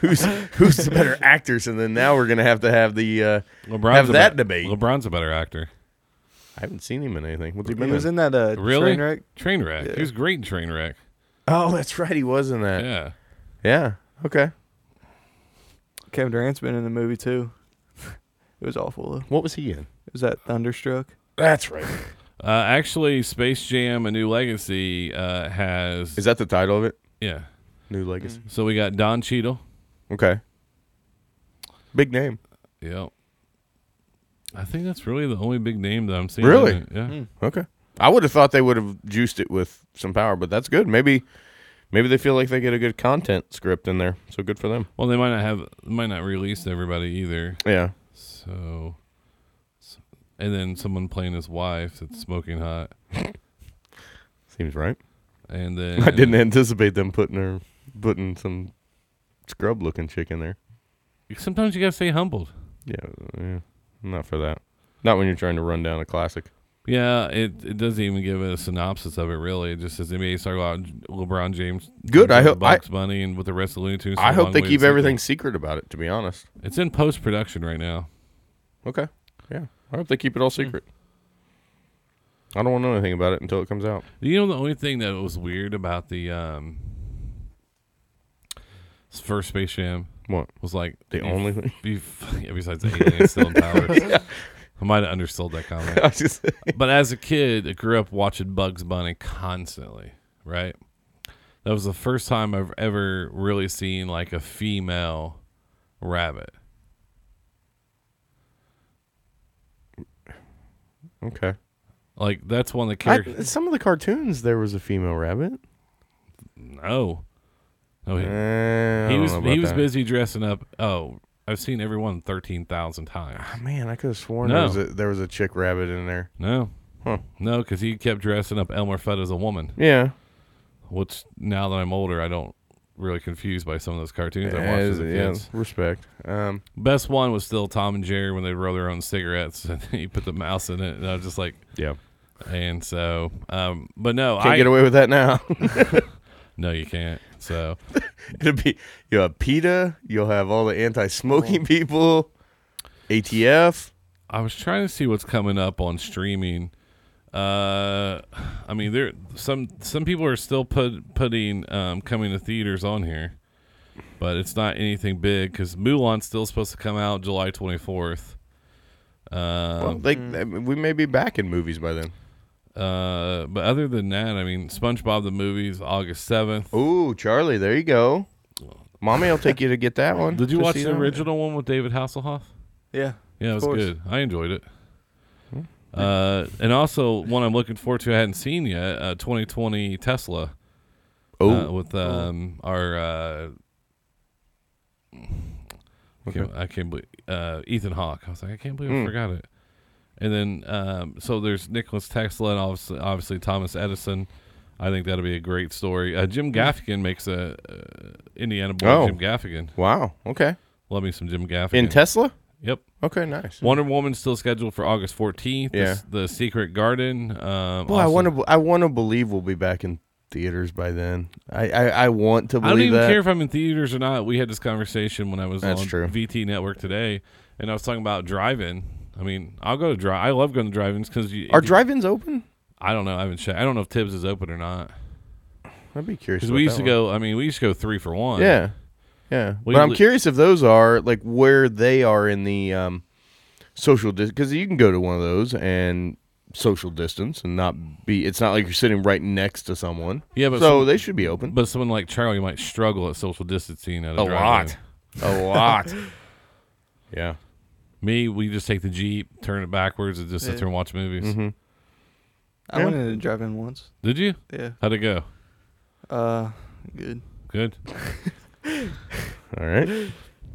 S5: who's who's the better actors? And then now we're gonna have to have the uh,
S4: LeBron's
S5: have
S4: a
S5: that
S4: bet-
S5: debate.
S4: LeBron's a better actor.
S5: I haven't seen him in anything. What's he
S6: He
S5: been
S6: was
S5: in?
S6: in that uh,
S4: Really?
S6: train wreck.
S4: Trainwreck. He was great in Trainwreck.
S5: Oh, that's right, he was in that.
S4: Yeah.
S5: yeah. Okay.
S6: Kevin Durant's been in the movie too. it was awful though.
S5: What was he in?
S6: Was that Thunderstruck?
S5: That's right.
S4: Uh, actually, Space Jam: A New Legacy uh, has
S5: Is that the title of it?
S4: yeah.
S5: New Legacy.
S4: So we got Don Cheadle.
S5: Mm. Okay. Big name.
S4: Yep. I think that's really the only big name that I'm seeing.
S5: Really?
S4: in it. Yeah.
S5: Okay. I would have thought they would have juiced it with some power, but that's good. Maybe, maybe they feel like they get a good content script in there. So good for them.
S4: Well, they might not have might not release everybody either.
S5: Yeah.
S4: So, s- and then someone playing his wife that's smoking hot,
S5: Seems right.
S4: and then
S5: I didn't anticipate them putting her, putting some scrub looking chick in there.
S4: Sometimes you gotta stay humbled.
S5: Yeah. yeah. Not for that. Not when you're trying to run down a classic.
S4: Yeah, it, it doesn't even give a synopsis of it really. It just says NBA star about LeBron James.
S5: Good, I hope-
S4: Bucks Bunny and with the rest of Looney Tunes.
S5: I
S4: a
S5: hope
S4: long
S5: they
S4: way to
S5: keep
S4: sequel.
S5: everything secret about it. To be honest.
S4: It's in post production right now.
S5: Okay. Yeah. I hope they keep it
S4: Hmm.
S5: all secret. I don't want to know anything about it until it comes out.
S4: You know the only thing that was weird about the um s- first Space Jam
S5: What?
S4: was like
S5: The
S4: you-
S5: only thing?
S4: you f- yeah, besides the aliens still in power. I might have undersold that comment.
S5: I was just
S4: but as a kid, I grew up watching Bugs Bunny constantly, right? That was the first time I've ever really seen like a female rabbit.
S5: okay.
S4: Like that's one of the
S5: I,
S4: characters.
S5: some of the cartoons, there was a female rabbit.
S4: No, no,
S5: Eh,
S4: he,
S5: I
S4: Oh, he
S5: don't
S4: was
S5: know about
S4: he was
S5: that.
S4: busy dressing up. Oh, I've seen everyone thirteen thousand times.
S5: Ah, Man, I could have sworn there
S4: No.
S5: was a there was a chick rabbit in there.
S4: No,
S5: Huh.
S4: no, because he kept dressing up Elmer Fudd as a woman.
S5: Yeah,
S4: Which now that I'm older, I don't really confused by some of those cartoons I watched
S5: As-
S4: as a
S5: yeah,
S4: kid.
S5: respect. Um,
S4: Best one was still Tom and Jerry when they roll their own cigarettes and he put the mouse in it. And I was just like,
S5: yeah,
S4: and so, um, but no,
S5: can't
S4: I
S5: get away with that now.
S4: No, you can't. So,
S5: It'll be you have PETA, you'll have all the
S4: Oh.
S5: anti-smoking people, ATF.
S4: I was trying to see what's coming up on streaming. Uh, I mean, there some some people are still put putting um, coming to theaters on here, but it's not anything big because Mulan's still supposed to come out July twenty fourth.
S5: Well,
S4: Um,
S5: they, I mean, we may be back in movies by then.
S4: uh, but other than that, I mean, SpongeBob the movie's August seventh.
S5: Ooh, Charlie, there you go. Mommy will take you to get that one.
S4: Oh. Did you
S5: to
S4: watch
S5: see
S4: the
S5: that.
S4: original one with David Hasselhoff?
S6: Yeah.
S4: Yeah, it was
S6: course.
S4: good. I enjoyed it.
S5: Hmm.
S4: Uh, and also one I'm looking forward to I hadn't seen yet, uh, 2020 Tesla
S5: Oh,
S4: uh, with um, our uh, I can't- I can't believe uh, Ethan Hawke. I was like, I can't believe
S5: Hmm.
S4: I forgot it. And then um, so there's Nicholas Tesla and obviously, obviously Thomas Edison. I think that'll be a great story. Uh, Jim Gaffigan makes a uh, Indiana boy.
S5: Hmm. Oh.
S4: Jim Gaffigan,
S5: wow. Okay.
S4: love me some Jim Gaffigan.
S5: In Tesla?
S4: yep.
S5: Okay, nice.
S4: Wonder Woman's still scheduled for August 14th. The
S5: Yeah.
S4: s- The, Secret Garden. Um,
S5: Well, I
S4: also-
S5: want to. I want to believe we'll be back in theaters by then. I I, I want to
S4: I
S5: believe
S4: don't even
S5: that.
S4: care if I'm in theaters or not. We had this conversation when I was
S5: That's
S4: on
S5: true.
S4: VT Network today, and I was talking about driving. I mean, I'll go to drive. I love going to drive-ins because you.
S5: Are drive-ins open?
S4: I don't know. I haven't checked. I don't know if Tibbs is open or not.
S5: I'd be curious.
S4: Because
S5: about
S4: we used
S5: that
S4: to
S5: one.
S4: go. I mean, we used to go three for one.
S5: Yeah. Yeah,
S4: We-
S5: but I'm
S4: we-
S5: curious if those are like where they are in the um, social distance because you can go to one of those and social distance and not be. It's not like you're sitting right next to someone.
S4: Yeah, but
S5: so
S4: some-
S5: they should be open.
S4: But someone like Charlie might struggle at social distancing at a,
S5: a
S4: drive-in.
S5: lot, a lot. yeah,
S4: Me, we just take the jeep, turn it backwards, and just sit
S6: Yeah.
S4: there and watch movies.
S5: Mm-hmm.
S6: I went in a drive-in once.
S4: Did you?
S6: Yeah.
S4: How'd it go?
S6: Uh, good.
S4: Good.
S5: all right.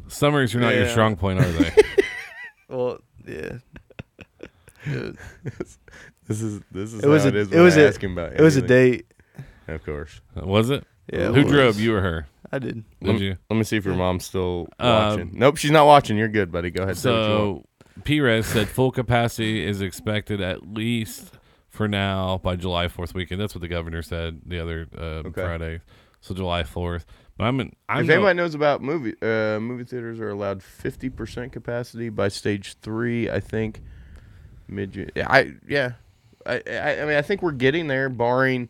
S4: Summaries are not your
S6: Yeah.
S4: strong point, are they?
S6: Well, yeah. Good.
S5: This is this is
S6: It was
S5: how
S6: a
S5: it is.
S6: it
S5: when
S6: was
S5: I
S6: a
S5: ask him about
S6: it was a
S5: anything.
S6: date.
S5: of course.
S4: was it?
S6: Yeah. it
S4: Who
S6: was.
S4: drove? You or her?
S6: I did.
S4: Did
S5: Lem-
S4: you?
S5: Let me see if your mom's still
S4: Uh,
S5: watching. Nope, she's not watching. You're good, buddy. Go ahead. say what you want.
S4: So Perez said full capacity is expected at least for now by July 4th weekend. That's what the governor said the other uh, Friday. So July 4th. But I'm in, I'm
S5: If
S4: no-
S5: anybody knows about movie uh, movie theaters are allowed fifty percent capacity by stage three, I think. Mid June, I yeah, I, I I mean I think we're getting there, barring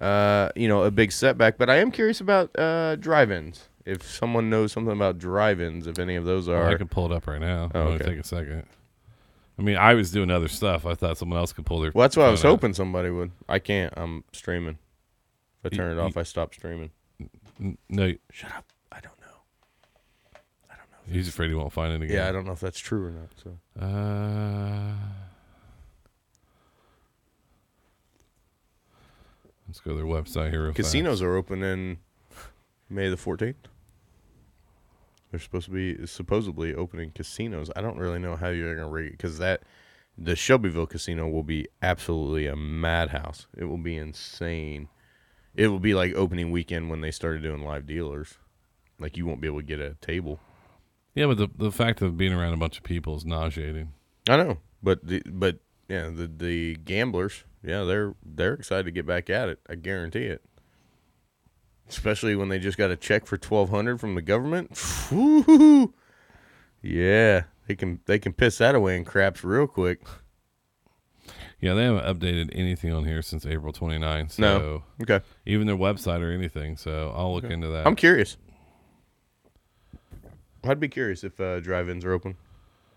S5: uh you know a big setback. But I am curious about uh drive-ins. If someone knows something about drive-ins, if any of those are,
S4: I can pull it up right now.
S5: Oh,
S4: It'll
S5: okay.
S4: take a second. I mean, I was doing other stuff. I thought someone else could pull their.
S5: well, that's what I was
S4: phone out.
S5: hoping somebody would. I can't. I'm streaming. If I turn it off, I stop streaming.
S4: No,
S5: Shut up. I don't know.
S4: he's afraid he won't find it again.
S5: Yeah, I don't know if that's true or not. So
S4: Uh, let's go to their website here. real fast.
S5: Casinos are open in May the fourteenth. They're supposed to be supposedly opening casinos. I don't really know how you're gonna rig it because that the Shelbyville casino will be absolutely a madhouse. It will be insane. It will be like opening weekend when they started doing live dealers. Like you won't be able to get a table.
S4: Yeah, but the the fact of being around a bunch of people is nauseating.
S5: I know, but the, but yeah, the the gamblers, yeah, they're they're excited to get back at it. I guarantee it. Especially when they just got a check for twelve hundred from the government. Woo-hoo-hoo. Yeah, they can they can piss that away in craps real quick.
S4: Yeah, they haven't updated anything on here since April 29th. So
S5: No, okay,
S4: Even their website or anything. So I'll look into that.
S5: I'm curious. I'd be curious if uh, drive-ins are open.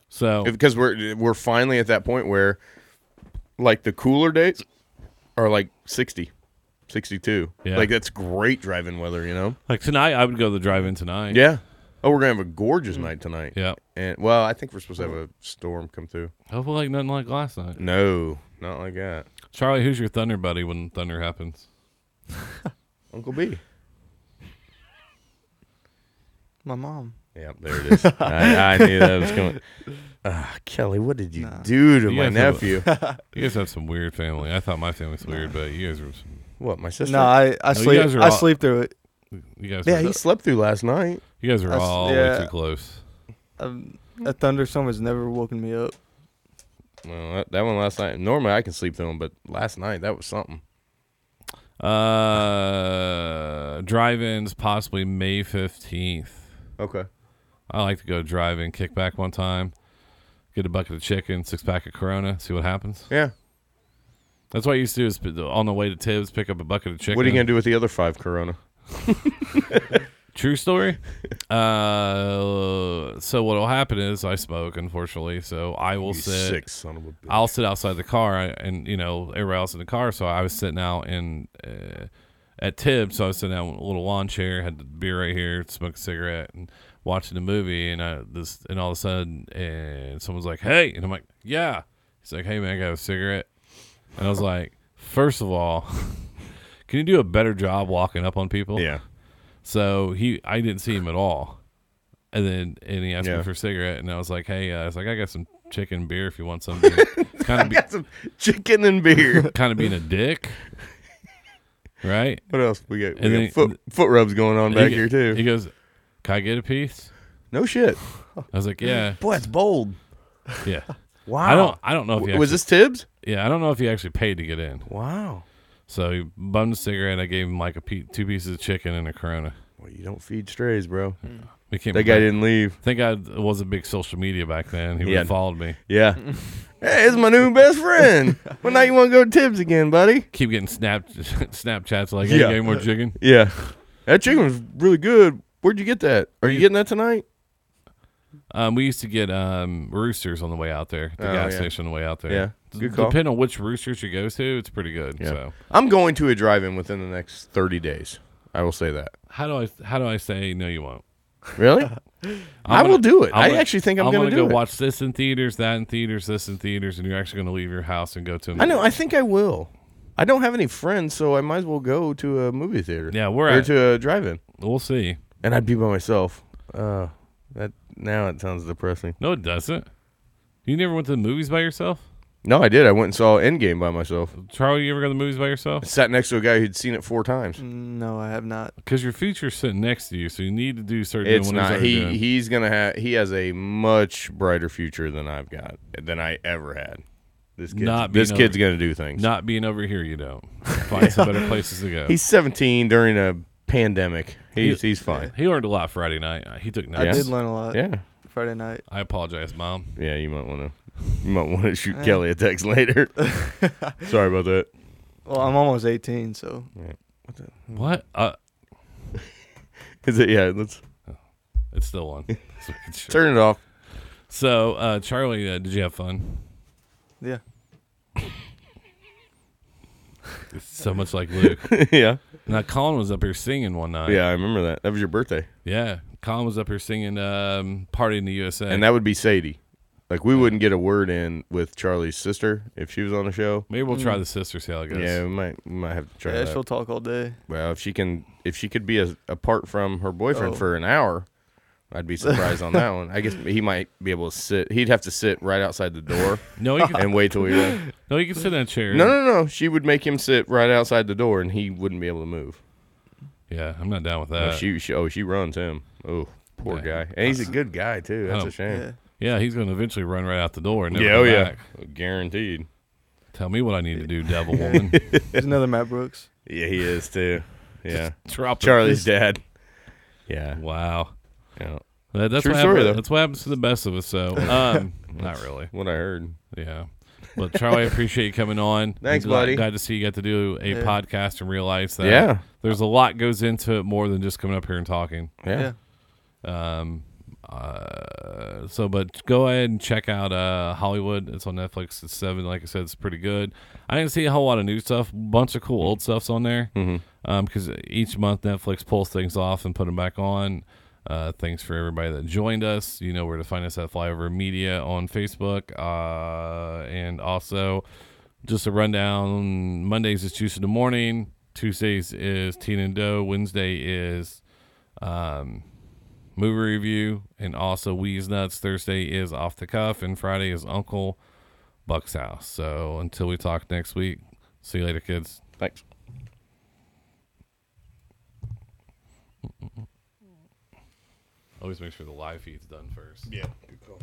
S4: so
S5: because we're we're finally at that point where like the cooler days are like 60 62
S4: Yeah.
S5: like that's great driving weather you know
S4: like tonight, I would go to the drive-in tonight.
S5: yeah oh we're gonna have a gorgeous night tonight
S4: Yeah.
S5: and well i think we're supposed to have a storm come through
S4: Hopefully, like nothing like last night.
S5: no not like that
S4: Charlie, who's your thunder buddy when thunder happens?
S5: uncle b
S6: My mom.
S5: yeah there it is I, I knew that was coming Ah, kelly what did you do to
S4: You
S5: my
S4: guys have a-
S5: nephew
S4: You guys have some weird family. I thought my family's weird, but you guys were. Some,
S5: what my sister
S6: No, I I
S4: you
S6: sleep
S4: guys are
S6: I
S4: all-
S6: sleep through it.
S4: you guys.
S5: yeah
S4: were,
S5: he slept through last night
S4: you guys were
S6: I s-
S4: all way
S6: yeah.
S4: too close.
S6: Um a thunderstorm has never woken me up.
S5: well that, that one last night normally i can sleep through them but last night that was something
S4: Uh, drive-ins possibly May fifteenth.
S5: okay
S4: I like to go drive-in, kick back one time, get a bucket of chicken, six pack of Corona, see what happens.
S5: yeah
S4: That's what I used to do is p- on the way to Tibbs, pick up a bucket of chicken.
S5: What are you gonna do with the other five Corona?
S4: True story. uh, so what'll happen is I smoke, unfortunately. So I will sit.
S5: Six, son of a bitch.
S4: I'll sit outside the car I- and you know everybody else in the car. So I was sitting out in uh, at Tibbs. So I was sitting out in a little lawn chair, had the beer right here, smoked a cigarette, and watching the movie. And I this and all of a sudden, and someone's like, "Hey," and I'm like, "Yeah." He's like, "Hey man, I got a cigarette," and I was like, first of all." Can you do a better job walking up on people?
S5: yeah,
S4: So he, I didn't see him at all, and then and he asked
S5: Yeah.
S4: me for a cigarette, and I was like, "Hey," uh, I was like, "I got some chicken beer if you want some." kind of, be,
S5: some chicken and beer.
S4: kind of being a dick, right?
S5: what else we got? We
S4: And
S5: got
S4: then-
S5: foot foot rubs going on back
S4: He-
S5: here too.
S4: He goes, "Can I get a piece?"
S5: no shit.
S4: I was like, "Yeah,
S5: Boy, that's bold.
S4: yeah."
S5: Wow.
S4: I don't, I don't know if he
S5: was
S4: actually-
S5: this Tibbs?
S4: yeah, I don't know if he actually paid to get in.
S5: Wow.
S4: So he bummed a cigarette. I gave him like a pe- two pieces of chicken and a Corona.
S5: Well, you don't feed strays, bro.
S4: We can't.
S5: That guy didn't leave.
S4: I think I was a big social media back then. He would
S5: Yeah.
S4: have followed me.
S5: Yeah. hey, it's my new best friend. Well, now you want to go to Tibbs again, buddy?
S4: Keep getting snap Snapchats like, "Hey,
S5: Yeah.
S4: yeah. more chicken."
S5: Yeah. That chicken was really good. Where'd you get that? Are you getting that tonight?
S4: Um, we used to get um, roosters on the way out there, the
S5: Oh,
S4: gas
S5: yeah.
S4: station on the way out there.
S5: Yeah.
S4: D-
S5: Good call.
S4: Depending on which roosters you go to, it's pretty good. So
S5: I'm going to a drive-in within the next 30 days. I will say that.
S4: how do I how do I say no? You won't.
S5: Really? I
S4: I'm
S5: will
S4: gonna-
S5: do it. I
S4: gonna-
S5: actually think I'm gonna
S4: gonna
S5: do
S4: go
S5: it.
S4: watch this in theaters, that in theaters, this in theaters, and you're actually gonna leave your house and go to. a
S5: I know.
S4: movie.
S5: I think I will. I don't have any friends, so I might as well go to a movie theater.
S4: Yeah, we're
S5: or
S4: at-
S5: to a drive-in,
S4: we'll see.
S5: and I'd be by myself. Uh, that now it sounds depressing.
S4: No, it doesn't. You never went to the movies by yourself,
S5: No, I did. I went and saw Endgame by myself.
S4: Charlie. You ever go to the movies by yourself?
S5: Sat next to a guy who'd seen it four times.
S4: Mm-hmm.
S6: No, I have not.
S4: Because your future's sitting next to you, so you need to do certain.
S5: It's
S4: ones
S5: not.
S4: that are doing.
S5: He he's gonna have. He has a much brighter future than I've got than I ever had. This kid's,
S4: Not being
S5: this kid's
S4: over-
S5: gonna do things.
S4: not being over here, you don't find some better places to go.
S5: He's 17 during a pandemic. He's he's fine.
S4: He learned a lot Friday night. Uh, He took
S6: I
S4: notes.
S6: did learn a lot.
S5: Yeah.
S6: Friday night.
S4: I apologize, mom.
S5: Yeah, you might want to. You might want to shoot Kelly a text later. Sorry about that.
S6: Well, I'm almost 18, so
S4: What? Uh,
S5: Is it? Yeah. Let's
S4: it's still on. Just making sure.
S5: turn it off.
S4: So, uh, Charlie, uh, did you have fun?
S6: yeah.
S4: It's so much like Luke.
S5: yeah.
S4: now, Colin was up here singing one night.
S5: Yeah, I remember that. That was your birthday,
S4: Yeah. Colin was up here singing um, Party in the USA.
S5: and that would be Sadie. Like we wouldn't get a word in with Charlie's sister if she was on the show.
S4: Maybe we'll try the sister, see how it goes.
S5: Yeah, we might we might have to try
S6: Yeah,
S5: that.
S6: she'll talk all day.
S5: Well, if she can, if she could be a, apart from her boyfriend
S6: Oh.
S5: for an hour, I'd be surprised on that one. I guess he might be able to sit. He'd have to sit right outside the door
S4: No, you can,
S5: and wait till we run.
S4: no, you can sit in a chair.
S5: No, no, no. She would make him sit right outside the door, and he wouldn't be able to move.
S4: Yeah, I'm not down with
S5: Oh,
S4: that.
S5: she, she, oh, she runs him. Oh, poor
S4: Uh, Yeah.
S5: guy. And he's a good guy too. That's
S4: Oh.
S5: a
S6: Yeah.
S5: shame.
S4: yeah, he's going to eventually run right out the door. And never
S5: oh
S4: come
S5: yeah,
S4: back.
S5: guaranteed.
S4: Tell me what I need to do, devil woman.
S6: There's another Matt Brooks.
S5: Yeah, he is too. Yeah,
S4: Drop it.
S5: Charlie's dad. Yeah.
S4: Wow.
S5: yeah,
S4: That- that's
S5: True story,
S4: what happens,
S5: though.
S4: That's what happens to the best of us. So, um, not really.
S5: what I heard.
S4: Yeah. But Charlie, I appreciate you coming on.
S5: Thanks,
S4: Glad-
S5: buddy.
S4: Glad to see you got to do a
S6: Yeah.
S4: podcast and realize that
S5: Yeah.
S4: there's a lot goes into it more than just coming up here and talking.
S5: Yeah.
S6: Yeah.
S4: Um, uh, so, but go ahead and check out uh, Hollywood. It's on Netflix. It's seven. Like I said, it's pretty good. I didn't see a whole lot of new stuff. Bunch of cool old stuffs on there. Because each month Netflix pulls things off and put them back on. Uh, thanks for everybody that joined us. You know where to find us at Flyover Media on Facebook. Uh, and also, just a rundown Mondays is Tuesday in the morning. Tuesdays is Teen and Doe. Wednesday is movie review, and also Wheeze Nuts. Thursday is Off the Cuff, and Friday is Uncle Buck's house. So until we talk next week, see you later, kids.
S5: Thanks.
S4: Always make sure the live feed's done first.
S5: Yeah. Good call.